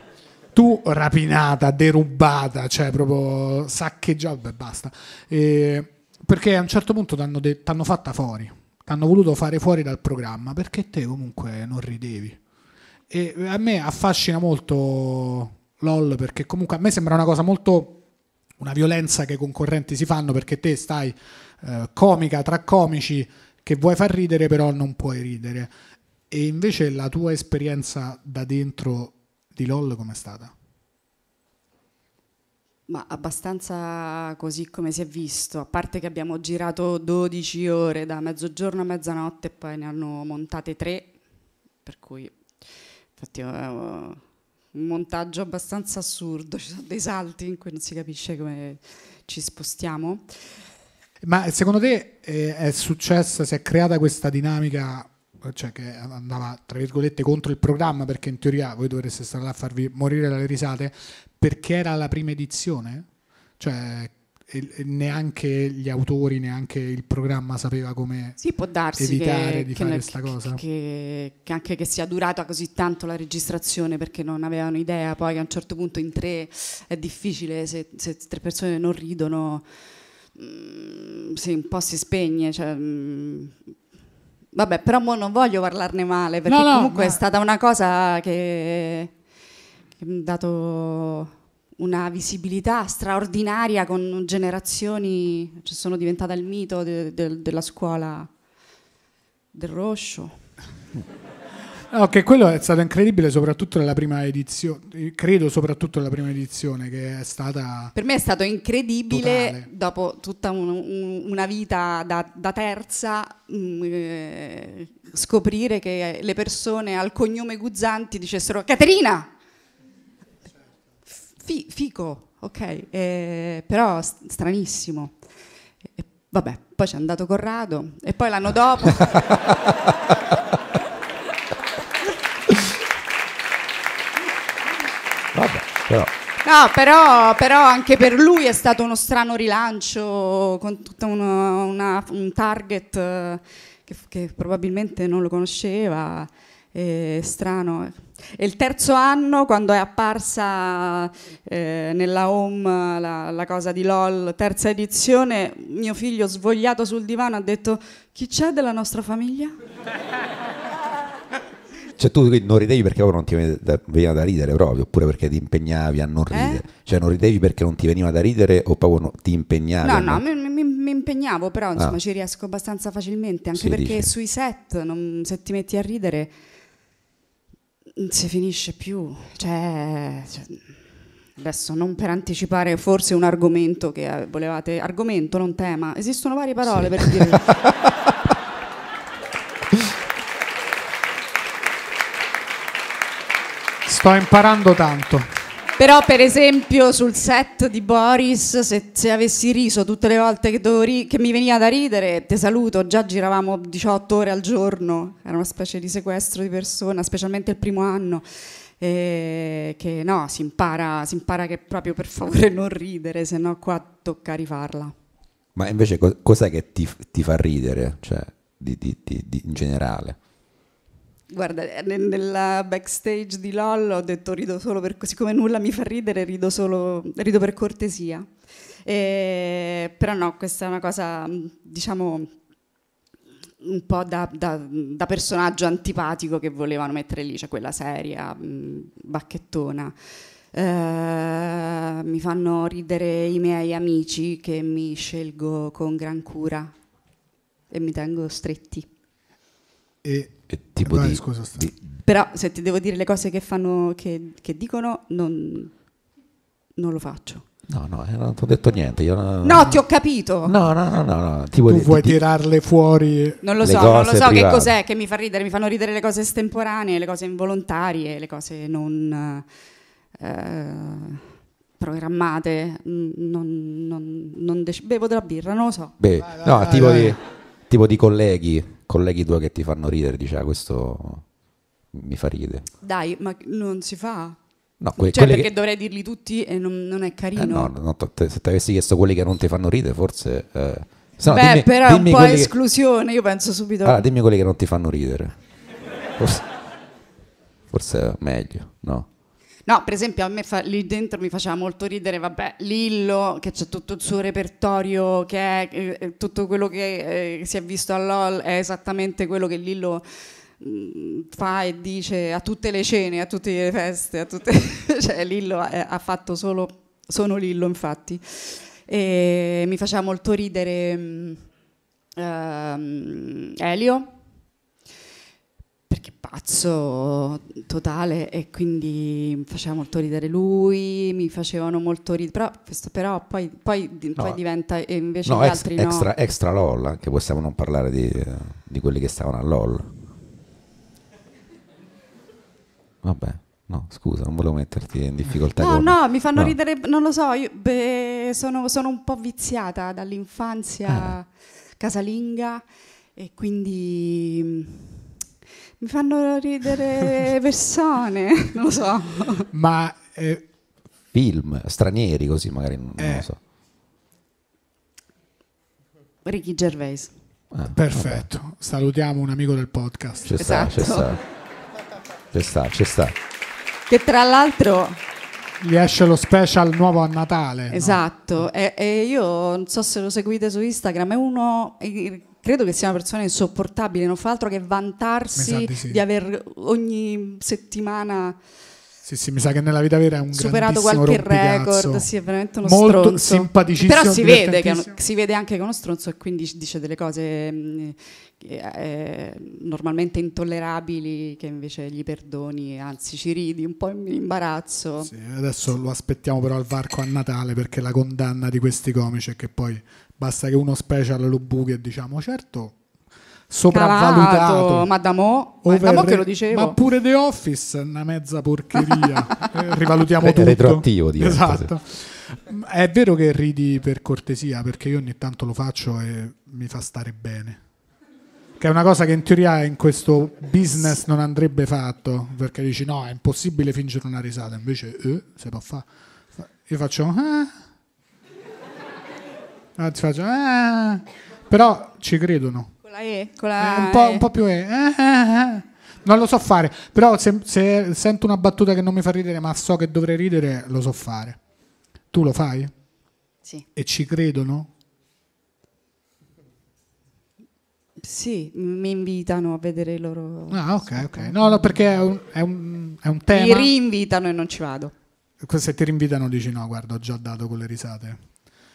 Tu rapinata, derubata, cioè proprio saccheggiata, beh, basta. Eh, perché a un certo punto t'hanno de- t'hanno fatta fuori, t'hanno voluto fare fuori dal programma perché te comunque non ridevi. E a me affascina molto LOL perché comunque a me sembra una cosa molto una violenza che i concorrenti si fanno perché te stai eh, comica tra comici che vuoi far ridere però non puoi ridere. E invece la tua esperienza da dentro di LOL com'è stata? Ma abbastanza così come si è visto, a parte che abbiamo girato 12 ore da mezzogiorno a mezzanotte e poi ne hanno montate tre, per cui infatti è un montaggio abbastanza assurdo, ci sono dei salti in cui non si capisce come ci spostiamo. Ma secondo te eh, è successa, si è creata questa dinamica eh, cioè che andava tra virgolette contro il programma perché in teoria voi dovreste stare là a farvi morire dalle risate perché era la prima edizione? Cioè e- e neanche gli autori, neanche il programma sapeva come... Sì, può darsi Evitare che, di che- fare che- sta cosa. che- che anche che sia durata così tanto la registrazione perché non avevano idea, poi a un certo punto in tre è difficile se, se tre persone non ridono, mm, se un po' si spegne. cioè, mm, vabbè, però mo non voglio parlarne male perché No, no, comunque ma- è stata una cosa che, che mi ha dato una visibilità straordinaria con generazioni, cioè sono diventata il mito de- de- della scuola del Roscio. No, che quello è stato incredibile soprattutto nella prima edizione, credo soprattutto nella prima edizione che è stata... Per me è stato incredibile, Totale. dopo tutta un- un- una vita da, da terza, mm, eh, scoprire che le persone al cognome Guzzanti dicessero Caterina! Fi- fico, ok, eh, però s- stranissimo. E- vabbè, poi c'è andato Corrado e poi l'anno dopo... Vabbè, però No, però, però anche per lui è stato uno strano rilancio con tutto uno- una- un target eh, che, che probabilmente non lo conosceva. eh, strano. E il terzo anno, quando è apparsa eh, nella home la, la cosa di LOL, terza edizione, mio figlio svogliato sul divano ha detto: Chi c'è della nostra famiglia? cioè, tu non ridevi perché proprio non ti veniva da, veniva da ridere proprio, oppure perché ti impegnavi a Eh? non ridere. Cioè non ridevi perché non ti veniva da ridere o proprio no- ti impegnavi. a No, non- no, mi, mi- mi impegnavo, però insomma Ah. ci riesco abbastanza facilmente, anche Sì, perché dici. sui set non- se ti metti a ridere non si finisce più. Cioè, cioè, adesso non per anticipare forse un argomento che eh, volevate, argomento, non tema, esistono varie parole per dire... Sto imparando tanto. Però per esempio sul set di Boris, se, se avessi riso tutte le volte che, dovevo ri- che mi veniva da ridere, te saluto, già giravamo 18 ore al giorno, era una specie di sequestro di persona, specialmente il primo anno, eh, che no, si impara, si impara che proprio per favore non ridere, se no qua tocca rifarla. Ma invece co- cos'è che ti, ti fa ridere, cioè, di- di- di- di- in generale? Guarda, eh, ne- nella backstage di LOL ho detto rido solo per siccome nulla mi fa ridere, rido solo rido per cortesia. Eh, però no, questa è una cosa, mh, diciamo, un po' da, da- da personaggio antipatico che volevano mettere lì, cioè quella seria, mh, bacchettona. Eh, mi fanno ridere i miei amici che mi scelgo con gran cura e mi tengo stretti. E, Che tipo Vai, di, scusa, sta- di- Però se ti devo dire le cose che fanno, che, che dicono, non, non lo faccio. No, no, eh, non ti ho detto niente. Io, no, No, ti ho capito. Ah. no, no, no, no, no, tipo tu di- vuoi di- tirarle fuori Non lo Le so, non lo cose so che private. cos'è che mi fa ridere. Mi fanno ridere le cose estemporanee, le cose involontarie, le cose non eh, programmate. Mm, Non, non- non dec- bevo della birra, non lo so. beh, Vai, no, vai, tipo, vai, Di, vai. tipo di colleghi, colleghi tuoi che ti fanno ridere, diceva questo mi fa ridere. Dai, ma non si fa. No, que- cioè, quelli perché che- dovrei dirli tutti e non, non è carino. eh, no, no, t- te- se ti avessi chiesto quelli che non ti fanno ridere, forse... eh, se no, Beh, dimmi- però è un dimmi po' quelli che- esclusione, io penso subito. Allora, dimmi quelli che non ti fanno ridere. Forse, forse è meglio, no? No, per esempio, a me fa- lì dentro mi faceva molto ridere, vabbè, Lillo, che c'è tutto il suo repertorio, che è eh, eh, tutto quello che eh, si è visto a LOL, è esattamente quello che Lillo mh, fa e dice a tutte le cene, a tutte le feste, a tutte... [laughs] cioè Lillo ha- ha fatto solo... sono Lillo, infatti. E mi faceva molto ridere mh, ehm, Elio, perché pazzo totale e quindi mi faceva molto ridere lui, mi facevano molto ridere, però, questo- però poi, poi- poi diventa e invece No, gli ex- altri extra, no. extra LOL, anche possiamo non parlare di, eh, di quelli che stavano a LOL. Vabbè, no, scusa, non volevo metterti in difficoltà. No, con- no, mi fanno no. ridere, non lo so, io, beh, sono, sono un po' viziata dall'infanzia Eh casalinga e quindi mm, mi fanno ridere persone, [laughs] non lo so. ma eh, Film, stranieri così magari, non, non lo so. Ricky Gervais. Ah, perfetto salutiamo un amico del podcast Ci sta, ci esatto. sta. Ci sta, ci sta. Che tra l'altro gli esce lo special nuovo a Natale Eh, no? Esatto, e, e io non so se lo seguite su Instagram, è uno, eh, credo che sia una persona insopportabile, non fa altro che Mi vantarsi sa di, di sì. aver ogni settimana Sì, sì, mi sa che nella vita vera è un superato grandissimo qualche rompicazzo. record, sì, è veramente uno Molto stronzo. simpaticissimo, Però si vede, che è uno- divertentissimo. si vede anche che è uno stronzo e quindi ci dice delle cose mh, che, eh, normalmente intollerabili che invece gli perdoni, anzi ci ridi un po' in imbarazzo. Sì, adesso lo aspettiamo però al varco a Natale perché la condanna di questi comici è che poi basta che uno special lo buchi e diciamo certo Calato, sopravvalutato. ma da mo, ma da Over- mo che lo dicevo. Ma pure The Office è una mezza [laughs] porcheria. Eh, Rivalutiamo Re- tutto. retroattivo diventa, Esatto. Ma È vero che ridi per cortesia, perché io ogni tanto lo faccio e mi fa stare bene. Che è una cosa che in teoria in questo business non andrebbe fatto, perché dici no, è impossibile fingere una risata, invece eh, si può fare. Io faccio ah. Anzi faccio ah. Però ci credono. Con la E, con la Eh, un, po', E. un po' più. eh, eh, eh, eh. Non lo so fare, però se, se sento una battuta che non mi fa ridere, ma so che dovrei ridere, lo so fare. Tu lo fai? Sì, E ci credono? Sì, mi invitano a vedere i loro... Ah, ok, ok. No, no, perché è un, è un- è un Mi tema. rinvitano e non ci vado. Se ti rinvitano dici no, guarda, ho già dato con le risate,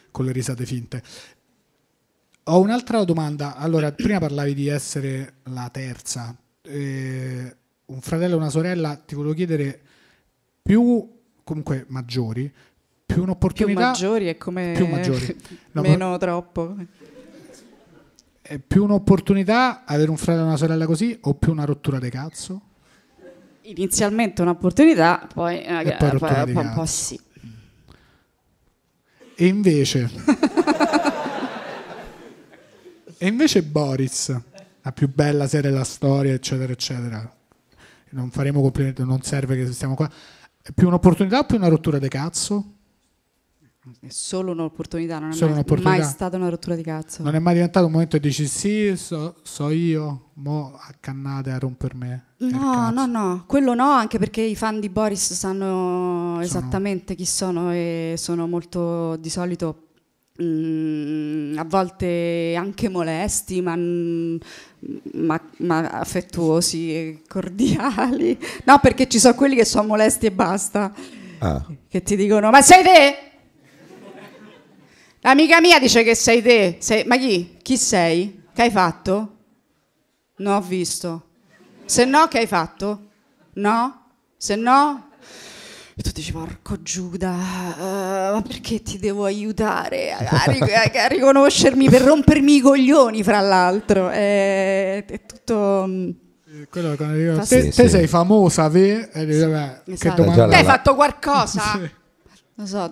con le risate finte. Ho un'altra domanda. Allora, prima parlavi di essere la terza. Eh, un fratello e una sorella, ti volevo chiedere più, comunque maggiori, più Più un'opportunità, maggiori è come... Più [laughs] maggiori. No, Meno troppo. eh, più un'opportunità avere un fratello e una sorella così o più una rottura di cazzo? inizialmente un'opportunità, poi, eh, E poi rottura di poi un cazzo. po' sì. E invece... e invece Boris, la più bella serie della storia, eccetera, eccetera. Non faremo complimenti, non serve che stiamo qua. È più un'opportunità o più una rottura di cazzo? È solo un'opportunità, non è Solo mai, un'opportunità. mai stata una rottura di cazzo. Non è mai diventato un momento che dici sì, so, so io, mo accannate a romper me. il No, cazzo". no, no, quello no, anche perché i fan di Boris sanno esattamente chi sono e sono molto di solito mm, a volte anche molesti, ma, mm, ma- ma affettuosi e cordiali. No, perché ci sono quelli che sono molesti e basta, Ah, che ti dicono: Ma sei te? L'amica mia dice che sei te. Sei- Ma chi? Chi sei? Che hai fatto? No, ho visto. Se no, che hai fatto? No? Se no? E tu dici, porco Giuda, eh, ma perché ti devo aiutare a, a ri- a- a riconoscermi per rompermi i coglioni, fra l'altro? Eh, è tutto... mm, Eh, Quello quando dico, te, Fa sì. te Sì, sei sì. famosa, ve? E dici, vabbè, esatto. che Già domanda. Te hai la- fatto qualcosa? [laughs] Sì. Non so, [laughs]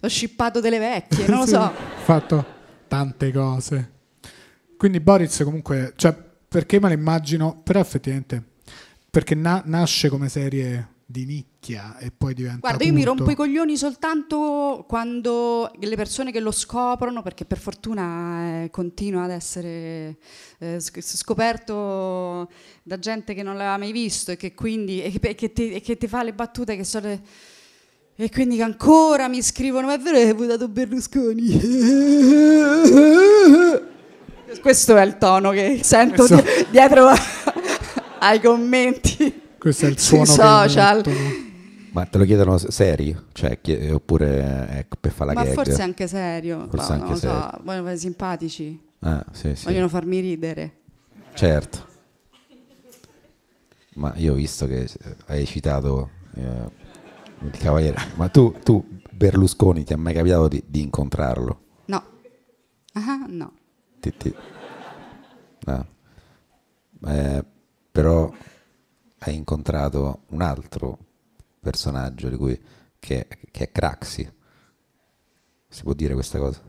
ho scippato delle vecchie, non lo Sì, [laughs] so. ho fatto tante cose. Quindi Boris comunque, cioè, perché me la immagino, però effettivamente, perché na- nasce come serie di nicchia e poi diventa... Guarda, io mi culto. rompo i coglioni soltanto quando le persone che lo scoprono, perché per fortuna eh, continua ad essere eh, sc- scoperto da gente che non l'aveva mai visto e che quindi e che, e che ti, e che ti fa le battute che sono le- e quindi che ancora mi scrivono, ma è vero che hai votato Berlusconi? [laughs] Questo è il tono che sento Questo- di- dietro ai commenti Questo è il sui suono che social. emettono. ma te lo chiedono se- serio? Cioè, chi- oppure ecco, per fare la Ma gag? forse anche serio, Forse no, anche non lo so, serio. vogliono fare simpatici, Ah, sì, sì. vogliono farmi ridere. Certo. Ma io ho visto che eh, hai citato eh, il cavaliere, ma tu, tu, Berlusconi ti è mai capitato di, di incontrarlo? No, ah, no. Ti- ti- No. Eh, però hai incontrato un altro personaggio di cui, che, che è Craxi. Si può dire questa cosa?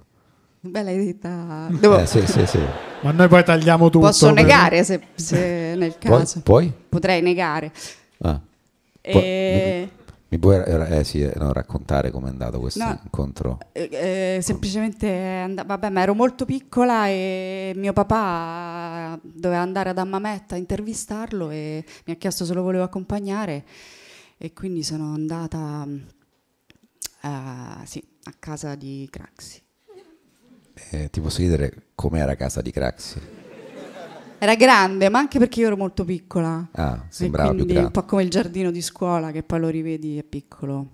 Bella idea. Devo- Eh, sì, sì, sì. Ma noi poi tagliamo tutto. posso però. negare se, se nel Poi? caso. poi? Potrei negare. Ah. Poi- E- Mi puoi eh, sì, eh, no, raccontare com'è andato questo No. incontro? Eh, eh, semplicemente and- vabbè, ma ero molto piccola e mio papà doveva andare ad Ammametta a intervistarlo e mi ha chiesto se lo volevo accompagnare e quindi sono andata mm, a, sì, a casa di Craxi. Eh, ti posso chiedere com'era casa di Craxi? Era grande, ma anche perché io ero molto piccola. Ah, E sembrava più quindi un grande. po' come il giardino di scuola che poi lo rivedi è piccolo.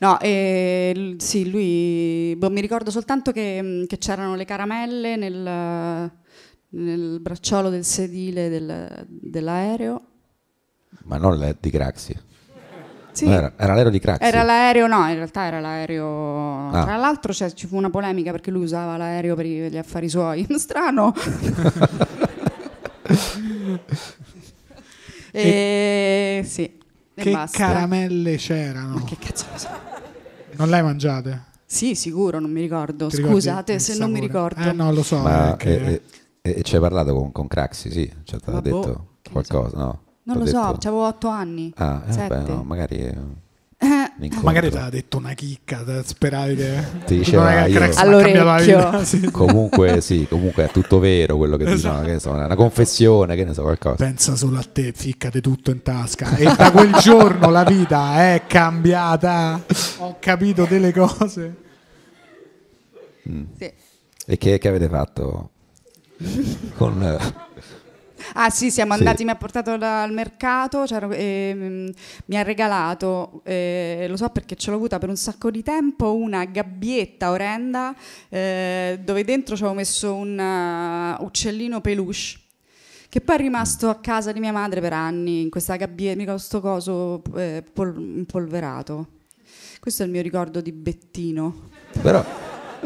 No, e l- sì, lui boh, mi ricordo soltanto che, mh, che c'erano le caramelle nel, nel bracciolo del sedile del- dell'aereo. Ma non l'aereo di Craxi. Sì. No, era, era l'aereo di Craxi. Era l'aereo, no, in realtà era l'aereo. Ah. Tra l'altro c'è- ci fu una polemica perché lui usava l'aereo per i- gli affari suoi. [laughs] [laughs] Strano. e, sì. e Che basta. caramelle c'erano? Ma che cazzo ne so? Non le hai mangiate? Sì, sicuro, non mi ricordo. Ti ricordi Scusate il se non mi sapore? ricordo. Eh no, lo so. Ma eh, che- e, e- e ci hai parlato con, con Craxi, sì? Ci ha Ma boh, detto che ne so. qualcosa, no? Non T'ha lo so, detto- avevo otto anni. Ah, eh, sette. beh, no, magari... eh, [laughs] l'incontro. Magari te l'ha detto una chicca, te speravi che... Ti diceva Non è che io- Crax mi ha cambiato la vita, All'orecchio. sì. Comunque sì, comunque è tutto vero quello Esatto. che diceva, che ne so, una confessione, che ne so, qualcosa. Pensa solo a te, ficcate tutto in tasca. E da quel giorno la vita è cambiata. Ho capito delle cose. Sì. E che, che avete fatto con... eh, Ah sì, siamo Sì. andati, mi ha portato da- al mercato, c'era- ehm, mi ha regalato, eh, lo so perché ce l'ho avuta per un sacco di tempo, una gabbietta orrenda eh, dove dentro ci avevo messo un eh, uccellino peluche che poi è rimasto a casa di mia madre per anni, in questa gabbietta, mica sto coso eh, pol- impolverato. Questo è il mio ricordo di Bettino. però,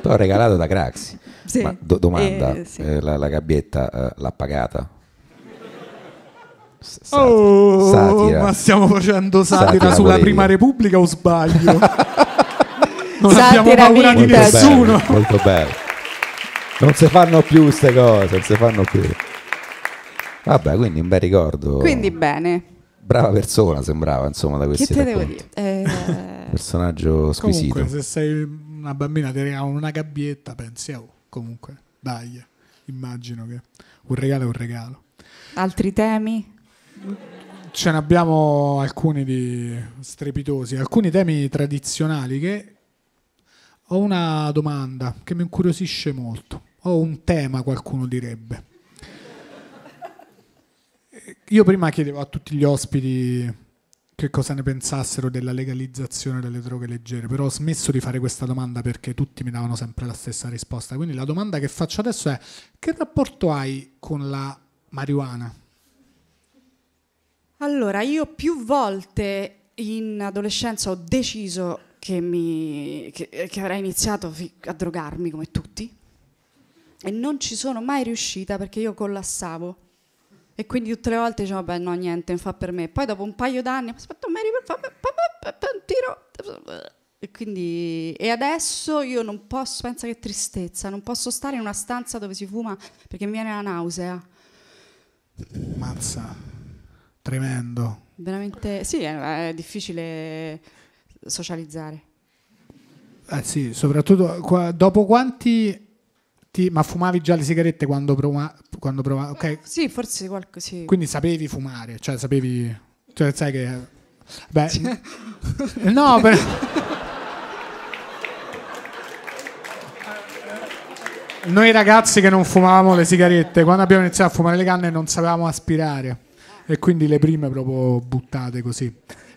però regalato da Craxi. Sì. Ma do- domanda, Ecco, Eh, sì. eh, la, la gabbietta eh, l'ha pagata? Sat- Oh, satira. ma stiamo facendo satira, Satira sulla politica. Prima Repubblica o sbaglio? [laughs] non Satira abbiamo paura di vintage. nessuno. Bello, molto bello. Non si fanno più queste cose, non si fanno più. Vabbè, quindi un bel ricordo. Quindi bene. Brava persona sembrava, insomma, da Che questi te devo racconti. dire? Eh, Personaggio squisito. Comunque, se sei una bambina ti regalano una gabbietta, pensi, oh, comunque, dai, immagino che un regalo è un regalo. altri temi? Ce ne abbiamo alcuni di strepitosi, alcuni temi tradizionali che ho una domanda che mi incuriosisce molto, ho un tema qualcuno direbbe. Io prima chiedevo a tutti gli ospiti che cosa ne pensassero della legalizzazione delle droghe leggere, però ho smesso di fare questa domanda perché tutti mi davano sempre la stessa risposta. Quindi la domanda che faccio adesso è che rapporto hai con la marijuana? Allora, io più volte in adolescenza ho deciso che, mi, che, che avrei iniziato fi- a drogarmi come tutti e non ci sono mai riuscita perché io collassavo e quindi tutte le volte dicevo, beh no, niente, non fa per me. Poi dopo un paio d'anni, aspetta, Mary, fa fa- fa- fa- fa un tiro. E quindi, e adesso io non posso, pensa che tristezza, non posso stare in una stanza dove si fuma perché mi viene la nausea. Mazza, tremendo. Veramente sì, è, è difficile socializzare. Eh sì, soprattutto qua- dopo quanti... ti- ma fumavi già le sigarette quando provavi? Quando prova- ok, Sì, forse qualcosa. Sì. quindi sapevi fumare, cioè sapevi... Cioè sai che... Beh, [laughs] no, però... Noi ragazzi che non fumavamo le sigarette, quando abbiamo iniziato a fumare le canne non sapevamo aspirare e quindi le prime proprio buttate così.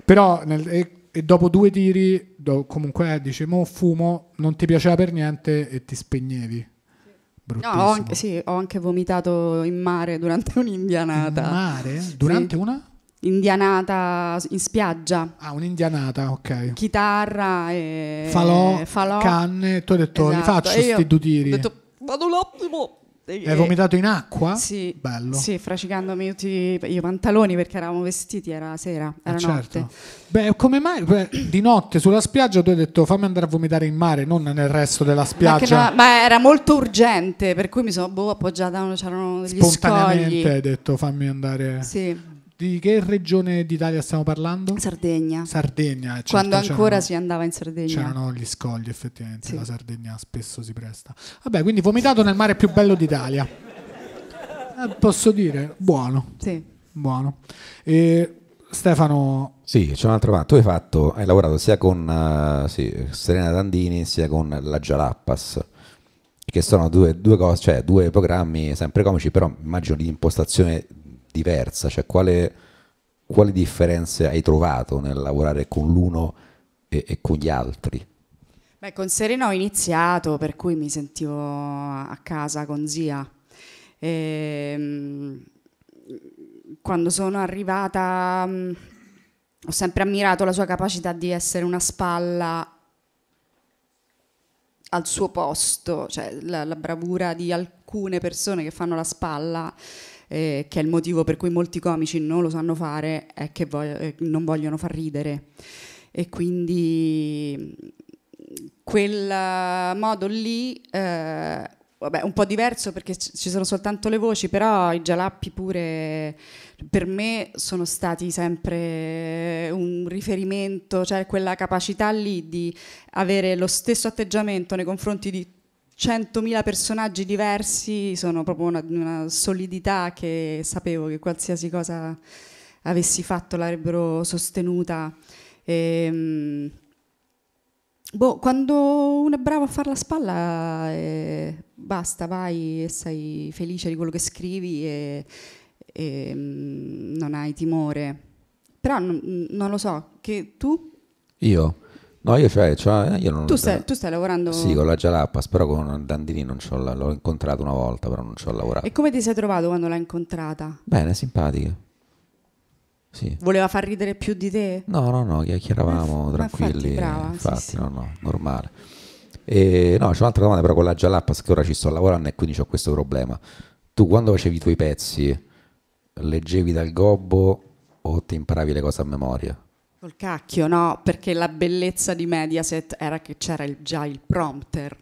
Però nel- e, e dopo due tiri, do- comunque eh, dici, mo fumo, non ti piaceva per niente e ti spegnevi. No, Bruttissimo. ho anche, sì, ho anche vomitato in mare durante [laughs] In un'indianata. mare? Durante Sì. una? Indianata in spiaggia, Ah, un'indianata, ok. chitarra e Falò, Eh, falò. canne, tu hai detto, li Esatto. faccio E io sti due tiri. Ho detto, vado l'attimo. E- Hai vomitato in acqua? Sì, Bello. Eh, sì, fracicandomi tutti i i pantaloni perché eravamo vestiti, era sera, Eh, era certo. notte. Beh, come mai beh, di notte sulla spiaggia tu hai detto fammi andare a vomitare in mare, non nel resto della Ma, che spiaggia? no- ma era molto urgente, per cui mi sono boh, appoggiata, a- c'erano degli Spontaneamente scogli. hai detto fammi andare. Sì, Di che regione d'Italia stiamo parlando? Sardegna. Sardegna. eh, certo, Quando ancora c'erano- si andava in Sardegna. C'erano gli scogli, effettivamente. Sì. La Sardegna spesso si presta. Vabbè, quindi vomitato nel mare più bello d'Italia. Eh, posso dire, buono. Sì. Buono. E Stefano, Sì, c'è un'altra domanda. Tu hai fatto, hai lavorato sia con eh, sì, Serena Dandini sia con la Jalappas, che sono due, due cose, cioè due programmi sempre comici, però immagino di impostazione diversa. Cioè, quale, quali differenze hai trovato nel lavorare con l'uno e, e con gli altri? Beh, con Serena ho iniziato, per cui mi sentivo a casa con zia. Ehm, quando sono arrivata, mh, ho sempre ammirato la sua capacità di essere una spalla al suo posto, cioè la, la bravura di alcune persone che fanno la spalla, eh, che è il motivo per cui molti comici non lo sanno fare, è che vog- eh, non vogliono far ridere. E quindi mh, quel eh, modo lì, eh, vabbè, un po' diverso perché c- ci sono soltanto le voci, però i gialappi pure per me sono stati sempre un riferimento, cioè quella capacità lì di avere lo stesso atteggiamento nei confronti di 100.000 personaggi diversi sono proprio una, una solidità che sapevo che qualsiasi cosa avessi fatto l'avrebbero sostenuta. Ehm, boh, quando uno è bravo a fare la spalla, eh, basta, vai e sei felice di quello che scrivi e, e, mm, non hai timore. Però non, non lo so, che tu, Io? No, io cioè, cioè, io non... tu, stai, tu stai lavorando... Sì, con la Jalappas, però con Dandini non c'ho la- l'ho incontrato una volta, però non ci ho lavorato. E come ti sei trovato quando l'hai incontrata? Bene, simpatica. Sì. Voleva far ridere più di te? No, no, no, chiacchieravamo Ma infatti, tranquilli, brava, sì, infatti, sì. no, no, normale. E, no, c'è un'altra domanda però con la Jalappas che ora ci sto lavorando e quindi ho questo problema. Tu quando facevi i tuoi pezzi, leggevi dal gobbo o ti imparavi le cose a memoria? Col cacchio, no, perché la bellezza di Mediaset era che c'era il- già il prompter,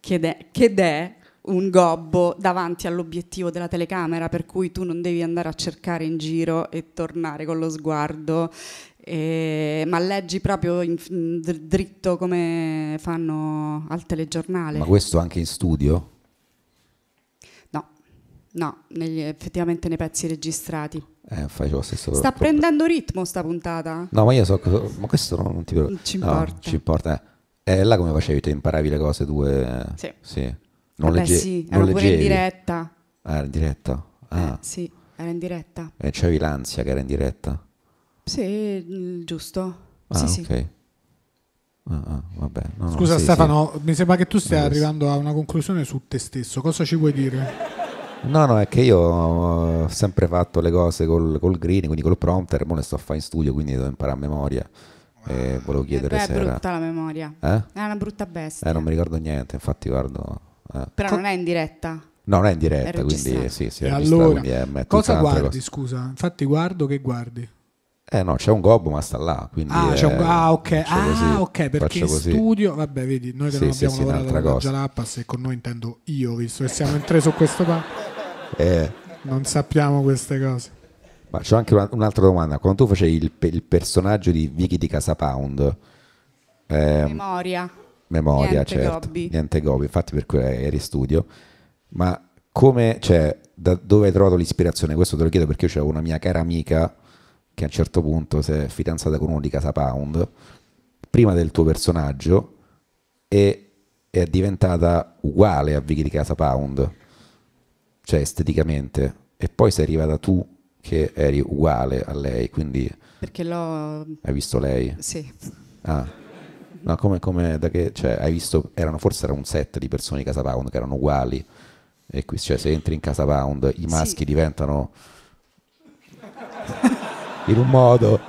che è, che è un gobbo davanti all'obiettivo della telecamera, per cui tu non devi andare a cercare in giro e tornare con lo sguardo, eh, ma leggi proprio in- in- dr- dritto come fanno al telegiornale. Ma questo anche in studio? No, no, negli- effettivamente nei pezzi registrati. Eh, fai lo stesso Sta pro- prendendo ritmo sta puntata? No, ma io so cosa- Ma questo non, non ti Non ci importa. No, ci importa. eh. E là come facevi? Ti imparavi le cose tue? Sì. Non, Vabbè, legge- sì, non era pure in leggevi? diretta. Ah, era in diretta. Ah, Eh, sì, era in diretta. e Eh, c'avevi l'ansia che era in diretta? Sì, mm, giusto. Ah, sì, ok. sì. Ah, ah, vabbè. No, no, Scusa sì, Stefano, mi sembra che tu stia Beh, sì. arrivando a una conclusione su te stesso. Cosa ci vuoi dire? sì. No, no, è che io ho sempre fatto le cose col, col green, quindi col prompter, ora le sto a fare in studio, quindi devo imparare a memoria. E volevo Eh, chiedere beh, è se era... brutta la memoria. Eh? È una brutta bestia. Eh, non mi ricordo niente, infatti guardo... eh. Però non è in diretta. No, non è in È diretta, quindi registrato. sì, sì, è E registrato, allora, quindi è- è tutta cosa un'altra guardi? cosa. Scusa, infatti guardo che guardi. Eh no, c'è un gobbo ma sta là, quindi... Ah, c'è un- eh, ah, ok, faccio ah, così, ok, perché faccio in così. studio, vabbè, vedi, noi che Sì, non sì, abbiamo sì, lavorato un'altra con la cosa. Jalapas e con noi intendo io, visto che siamo entrati su questo qua, Eh, non sappiamo queste cose. ma c'ho anche una- un'altra domanda. Quando tu facevi il, pe- il personaggio di Vicky di Casa Pound, eh, Memoria. memoria, Niente certo, gobbi. niente gobbi, infatti per cui eri in studio, ma come, cioè, da dove hai trovato l'ispirazione? Questo te lo chiedo perché io c'avevo una mia cara amica che a un certo punto si è fidanzata con uno di Casa Pound, prima del tuo personaggio, e è diventata uguale a Vicky di Casa Pound, cioè esteticamente, e poi sei arrivata tu che eri uguale a lei, quindi Perché l'ho... hai visto lei. Sì. Ah, no, come, come da che, cioè, hai visto, erano, forse era un set di persone di Casa Pound che erano uguali, e qui, cioè, se entri in Casa Pound i maschi diventano in un modo,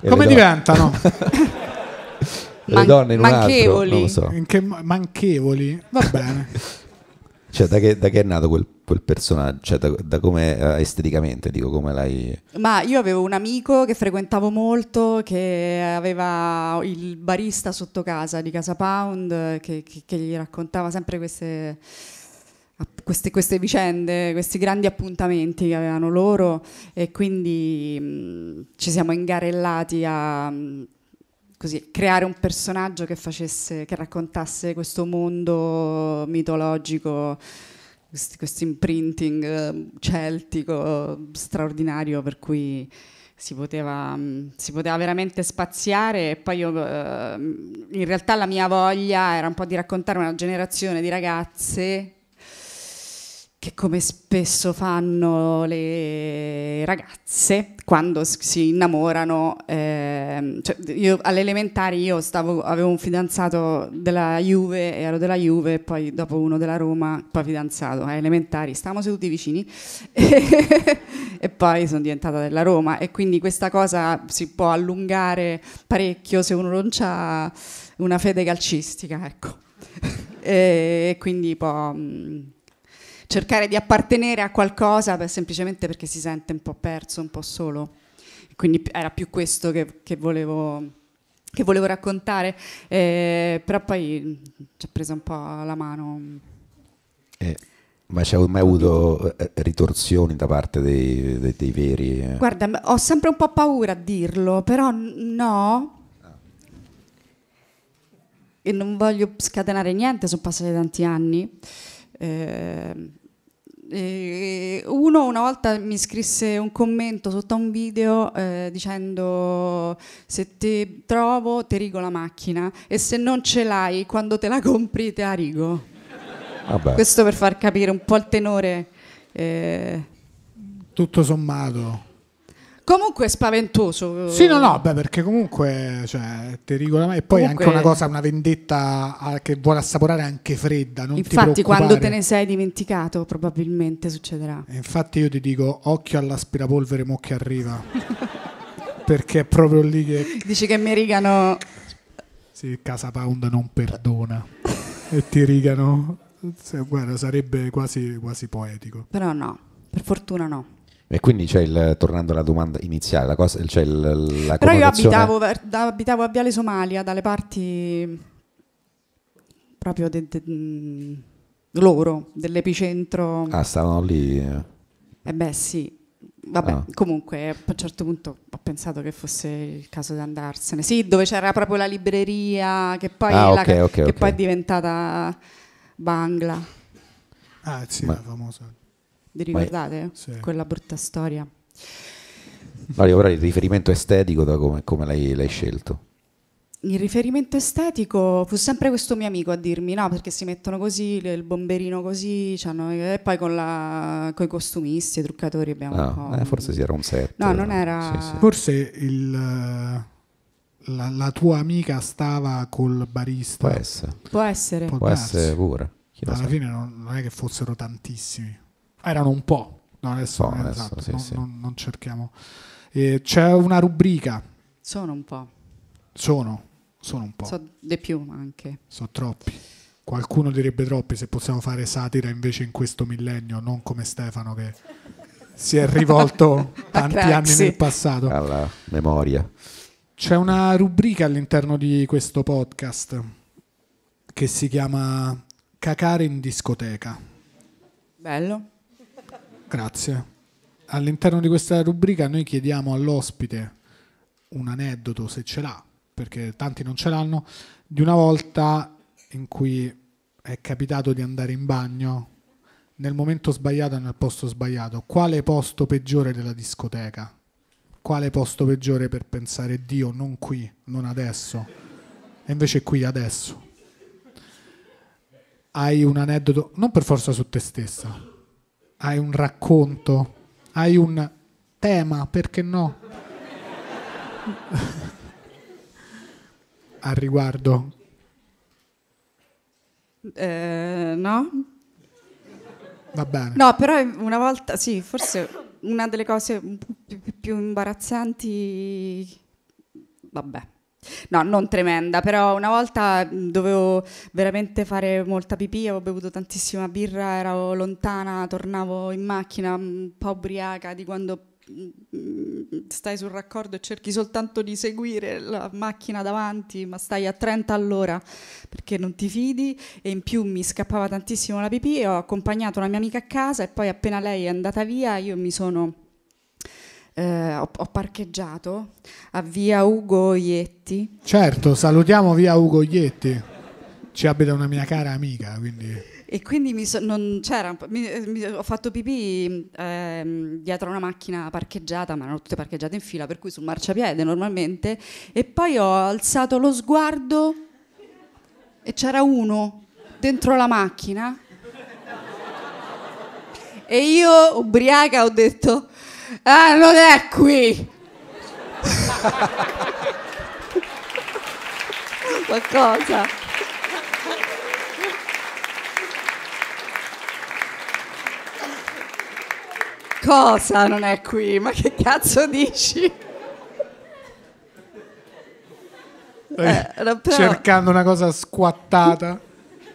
e Come le, don- diventano? e le Man- donne in un altro, manchevoli. non lo so, In che ma- manchevoli? Va bene. cioè, da che, da che è nato quel, quel personaggio, cioè, da, da come eh, esteticamente, dico, come l'hai, Ma io avevo un amico che frequentavo molto, che aveva il barista sotto casa di Casa Pound, eh, che, che- che gli raccontava sempre queste, app- queste- queste vicende, questi grandi appuntamenti che avevano loro e quindi mh, ci siamo ingarellati a mm, mh, così, creare un personaggio che, facesse, che raccontasse questo mondo mitologico questi- questo imprinting eh, celtico straordinario per cui si poteva, mh, si poteva veramente spaziare e poi io, eh, in realtà la mia voglia era un po' di raccontare una generazione di ragazze che come spesso fanno le ragazze quando s- si innamorano, ehm, cioè, io alle elementari io stavo- avevo un fidanzato della Juve, ero della Juve, poi dopo uno della Roma, poi fidanzato, alle elementari, stavamo seduti vicini [laughs] e poi sono diventata della Roma e quindi questa cosa si può allungare parecchio se uno non ha una fede calcistica, ecco. e quindi può... mh, cercare di appartenere a qualcosa per- semplicemente perché si sente un po' perso, un po' solo. Quindi p- era più questo che, che volevo, che volevo raccontare, Eh, però poi mh, ci ha preso un po' la mano. eh, ma c'hai mai avuto eh, ritorsioni da parte dei, dei- dei veri? eh? Guarda, m- ho sempre un po' paura a dirlo, però n- no. E non voglio scatenare niente, sono passati tanti anni. Ehm, e uno una volta mi scrisse un commento sotto a un video eh, dicendo se ti trovo ti rigo la macchina e se non ce l'hai quando te la compri te la rigo. Vabbè. Questo per far capire un po' il tenore. eh. Tutto sommato. Comunque è spaventoso. Sì, no, no, beh, perché comunque cioè, ti rigola mai. E poi Comunque- anche una cosa, una vendetta ah, che vuole assaporare anche fredda. Non ti Infatti, preoccupare. quando te ne sei dimenticato, probabilmente succederà. E Infatti io ti dico occhio all'aspirapolvere mo che arriva. perché è proprio lì che Dici che mi rigano. sì, Casa Pound non perdona. e ti rigano. Sì, Guarda, sarebbe quasi, quasi poetico. Però no, per fortuna no. E quindi c'è il, tornando alla domanda iniziale, la cosa, c'è il, la Però io connotazione- abitavo, ver- da- abitavo a Viale Somalia, dalle parti proprio de- de- mm, loro, dell'epicentro. Ah, stavano lì. eh. Eh beh sì, vabbè, Ah. comunque a un certo punto ho pensato che fosse il caso di andarsene. Sì, dove c'era proprio la libreria che poi, Ah, la- ok, ok, che ok. poi è diventata Bangla. Ah, sì, Ma- la famosa. Vi ricordate? Sì. Quella brutta storia. No, io ora il riferimento estetico da come, come l'hai, l'hai scelto. Il riferimento estetico fu sempre questo mio amico a dirmi no perché si mettono così, le- il bomberino così, c'hanno- e poi con i costumisti, i truccatori abbiamo un po'... Ah, eh, forse sì, era un set. No, non era- Sì, sì. Forse il, eh, la, la tua amica stava col barista. Può essere, Può essere. Può può darsi. essere pure. Chi lo Alla sa. fine non, non è che fossero tantissimi, erano un po'. No, adesso, Po', non, adesso, esatto, sì, non- sì. non- non cerchiamo. Eh, c'è una rubrica, Sono un po', sono, sono un po', so di più anche. sono troppi. Qualcuno direbbe troppi se possiamo fare satira invece in questo millennio, non come Stefano che si è [laughs] rivolto tanti anni Craxi. nel passato. Alla memoria. C'è una rubrica all'interno di questo podcast che si chiama Cacare in discoteca. Bello. Grazie. All'interno di questa rubrica noi chiediamo all'ospite un aneddoto, se ce l'ha, perché tanti non ce l'hanno, di una volta in cui è capitato di andare in bagno nel momento sbagliato e nel posto sbagliato. Quale posto peggiore della discoteca? Quale posto peggiore per pensare Dio non qui, non adesso? E invece qui adesso. Hai un aneddoto, non per forza su te stessa, hai un racconto, hai un tema, perché no? [laughs] Al riguardo, Eh, no? va bene. No, però una volta, sì, forse una delle cose un po' più, più- più imbarazzanti, vabbè. No, non tremenda, però una volta mh, dovevo veramente fare molta pipì, avevo bevuto tantissima birra, ero lontana, tornavo in macchina mh, un po' ubriaca di quando mh, mh, stai sul raccordo e cerchi soltanto di seguire la macchina davanti, ma stai a 30 all'ora perché non ti fidi e in più mi scappava tantissimo la pipì e ho accompagnato una mia amica a casa e poi appena lei è andata via io mi sono eh, ho, ho parcheggiato a via Ugo Ietti Certo, salutiamo via Ugo Ietti, ci abita una mia cara amica, quindi... e quindi mi so- non c'era, mi- mi- ho fatto pipì ehm, dietro una macchina parcheggiata, ma erano tutte parcheggiate in fila, per cui sul marciapiede normalmente, e poi ho alzato lo sguardo e c'era uno dentro la macchina e io ubriaca ho detto, ah non è qui! [laughs] Ma cosa? Cosa non è qui? Ma che cazzo dici? Eh, no, però- Cercando una cosa squattata.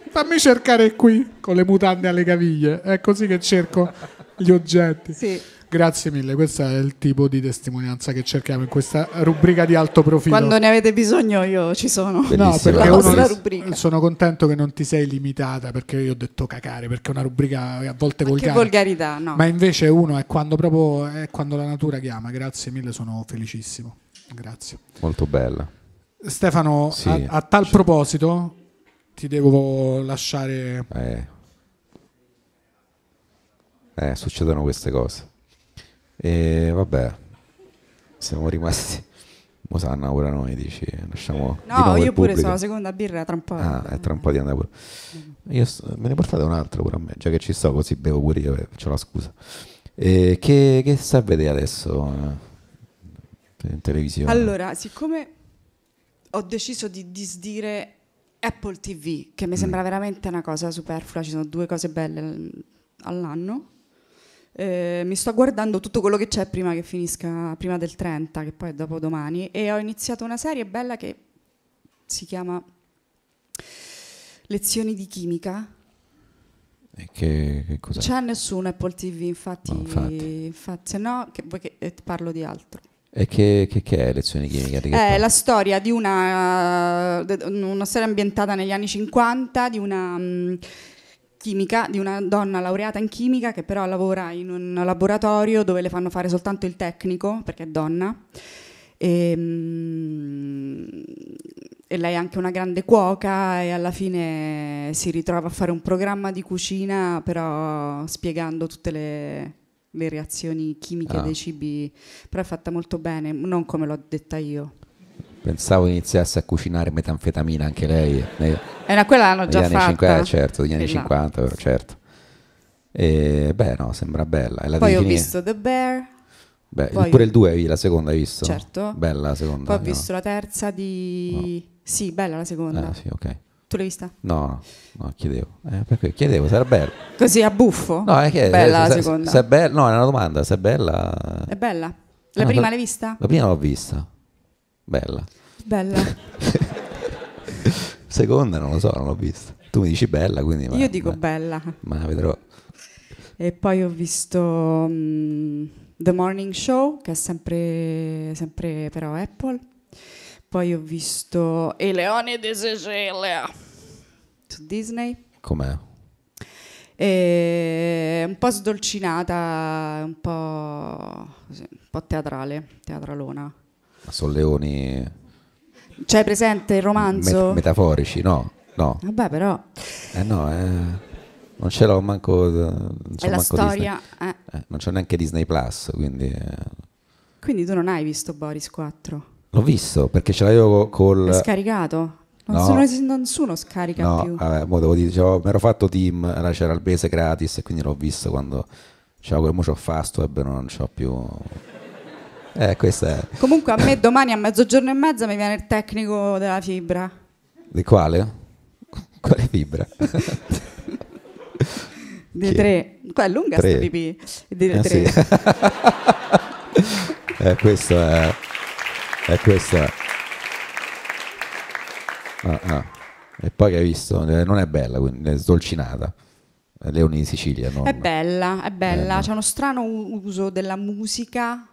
Fammi cercare qui, con le mutande alle caviglie, è così che cerco gli oggetti. Sì. Grazie mille, questo è il tipo di testimonianza che cerchiamo in questa rubrica di alto profilo. Quando ne avete bisogno io ci sono. No, Bellissimo. perché La vostra uno- rubrica. sono contento che non ti sei limitata perché io ho detto cacare perché è una rubrica a volte Ma che volgare. volgarità, no. Ma invece uno è quando proprio è quando la natura chiama. Grazie mille, sono felicissimo. Grazie. Molto bella. Stefano, Sì. a, a tal proposito ti devo lasciare Eh. Eh, succedono queste cose. E vabbè, siamo rimasti. [laughs] Mo sanno ora noi, dici, lasciamo di No, nuovo io pure il pubblico. sono la seconda birra tra un po'. Ah, è tra un po' di andare pure. Io s- me ne portate un'altra pure a me, già che ci sto così bevo pure io, eh, c'ho la scusa. E che, che sta a vedere adesso eh, in televisione? Allora, siccome ho deciso di disdire Apple TV, che mi Mm. sembra veramente una cosa superflua, ci sono due cose belle al- all'anno. eh, mi sto guardando tutto quello che c'è prima che finisca, prima del 30, che poi è dopo domani, e ho iniziato una serie bella che si chiama Lezioni di chimica. E che, che cos'è? c'è nessuno Apple TV, infatti, No, infatti. infatti, se no che, vuoi che- eh, parlo di altro. E che, che- che è lezione chimica? Di che È parla? Eh, la storia di una, de- una storia ambientata negli anni 50 di una mh, chimica, di una donna laureata in chimica che però lavora in un laboratorio dove le fanno fare soltanto il tecnico perché è donna. E, mh, e lei è anche una grande cuoca e alla fine si ritrova a fare un programma di cucina però spiegando tutte le, le reazioni chimiche Ah. dei cibi però è fatta molto bene non come l'ho detta io Pensavo iniziasse a cucinare metanfetamina anche lei. nei- e no, quella l'hanno Negli Eh, già anni fatta Esatto. 50, certo, degli anni Quella. 50, però, certo. E, beh, no, sembra bella. E la poi ho Dini- visto The Bear beh, poi- pure il 2, la seconda hai visto? Certo. Bella la seconda. poi ho no? visto la terza di sì bella la seconda Ah, sì, ok. tu l'hai vista? No, no, no, chiedevo. Eh, perché chiedevo, sarà bella. così a buffo? No, eh. è che bella la se- se- seconda se è bella, no, è una domanda, se è bella. è bella la Ah, prima per- l'hai vista? La prima l'ho vista. Bella. bella [laughs] Seconda non lo so, non l'ho vista. Tu mi dici bella, quindi ma- io dico ma- bella Ma la vedrò. E poi ho visto mm, The Morning Show, che è sempre, sempre però Apple. Poi ho visto E Leoni di Sicilia su Disney. Com'è? E un po' sdolcinata, un po', così, un po' teatrale, teatralona. Solleoni C'hai presente il met- romanzo? metaforici, no? No. Vabbè, però Eh no, eh, non ce l'ho manco. eh, Non c'ho è la manco storia. eh. Disney. Eh, non c'ho neanche Disney Plus, quindi. eh, Quindi tu non hai visto Boris 4? L'ho visto perché ce l'avevo col. L'hai scaricato? Non No. so- non es- nessuno scarica No, eh. più. vabbè, mo devo dire, c'avevo- mi ero fatto team, allora c'era il base gratis e quindi l'ho visto quando c'avevo quel mo c'ho Fastweb, non c'ho più... Eh, questo è... Comunque a me domani a mezzogiorno e mezza mi viene il tecnico della fibra. Di quale? [laughs] Quale fibra? Di Chi? tre. Qua è lunga Tre. sta pipì. Di Eh, tre. sì. eh, questo è... è questo è. Ah, ah. E poi che hai visto? Eh, Non è bella, quindi è sdolcinata. Eh, Leoni di Sicilia, no? È bella, è bella. C'è uno strano u- uso della musica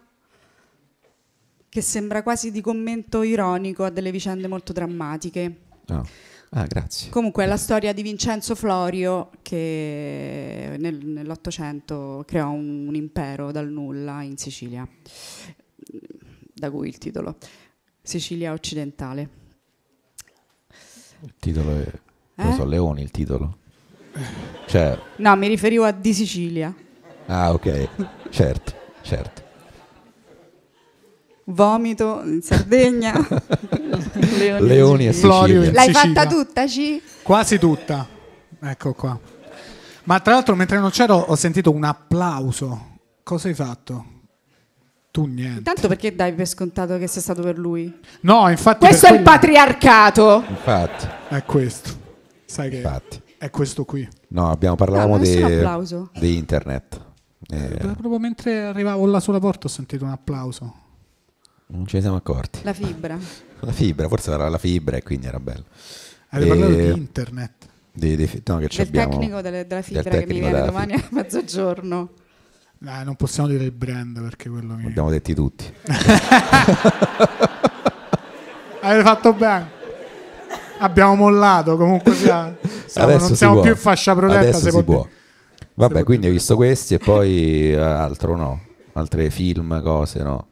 che sembra quasi di commento ironico a delle vicende molto drammatiche. Ah. Ah, grazie. Comunque è la storia di Vincenzo Florio che nel- nell'Ottocento creò un, un impero dal nulla in Sicilia, da cui il titolo Sicilia occidentale. Il titolo è... Eh? Non so, Leoni il titolo. Cioè... No, mi riferivo a Di Sicilia. Ah, ok, certo, certo. Vomito in Sardegna. [laughs] Leoni. Leoni e Florio Sicilia. L'hai Sicilia. fatta tutta, Ci? Quasi tutta. Ecco qua. Ma tra l'altro mentre non c'ero ho sentito un applauso. Cosa hai fatto? Tu niente. Intanto perché dai per scontato che sia stato per lui? No, infatti Questo è per il quello- patriarcato. Infatti, È questo. Sai che infatti. è questo qui. No, abbiamo parlavamo No, di, nessun applauso. di internet. Eh, Proprio mentre arrivavo là sulla porta ho sentito un applauso. non ce ne siamo accorti. La fibra. La fibra, forse era la fibra e quindi era bello. Avete Eh, parlato di internet. Di, di- no, che ci Del abbiamo- tecnico delle- della fibra che mi tecnico viene della domani a mezzogiorno. Dai, non possiamo dire il brand perché quello mi... L'abbiamo detti tutti. Avete fatto bene. Abbiamo mollato comunque [laughs] sia. Siamo- Adesso non si siamo può. più in fascia protetta. Adesso si se può può. dire. Vabbè, quindi ho visto questi e poi eh, altro no. Altre film, cose no.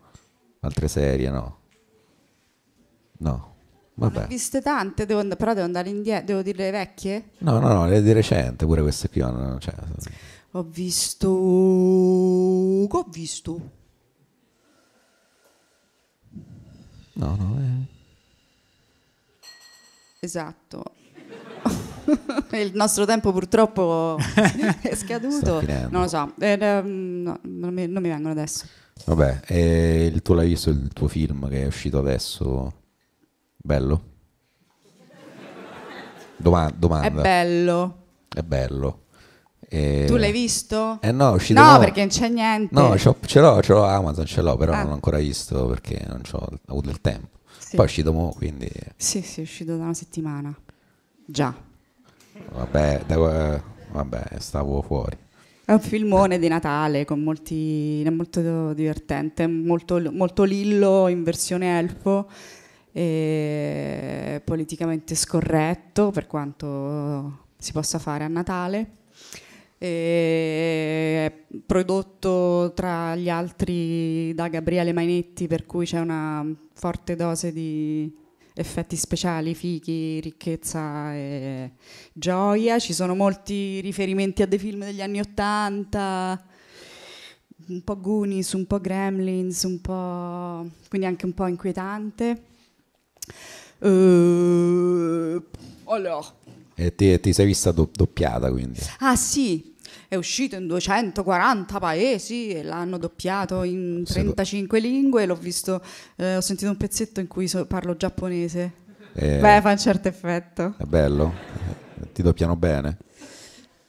Altre serie no. No. Ne ho Vabbè. viste tante, devo and- però devo andare indietro, devo dire le vecchie. No, no, no, è di recente pure queste qui. no, Cioè, Ho visto... Che ho visto? no, no, eh. Esatto. [laughs] Il nostro tempo [laughs] purtroppo è Sta scaduto. finendo. Non lo so, eh, ehm, no, non, mi, non mi vengono adesso. Vabbè, e il- tu l'hai visto il tuo film che è uscito adesso? Bello? Doma- domanda. È bello. È bello. E- Eh Tu l'hai visto? Eh no, è uscito. No, mo- perché non c'è niente. No, c'ho- ce l'ho, ce l'ho Amazon, ce l'ho, però Ah. non l'ho ancora visto perché non c'ho- ho avuto il tempo. Sì. Poi è uscito mo, quindi... Sì, sì, è uscito da una settimana. Già. Vabbè, da, vabbè, stavo fuori. È un filmone di Natale con molti, è molto divertente, molto, molto lillo in versione elfo, e politicamente scorretto per quanto si possa fare a Natale. E è prodotto tra gli altri da Gabriele Mainetti, per cui c'è una forte dose di effetti speciali, fichi, ricchezza e gioia. Ci sono molti riferimenti a dei film degli anni Ottanta, un po' Goonies, un po' Gremlins, un po'... quindi anche un po' inquietante. Eh, allora. E ti, ti sei vista do- doppiata quindi? Ah sì, è uscito in 240 paesi e l'hanno doppiato in Seco- 35 lingue. L'ho visto, eh, ho sentito un pezzetto in cui so- parlo giapponese. Eh, Beh, fa un certo effetto. È bello? Eh, Ti doppiano bene?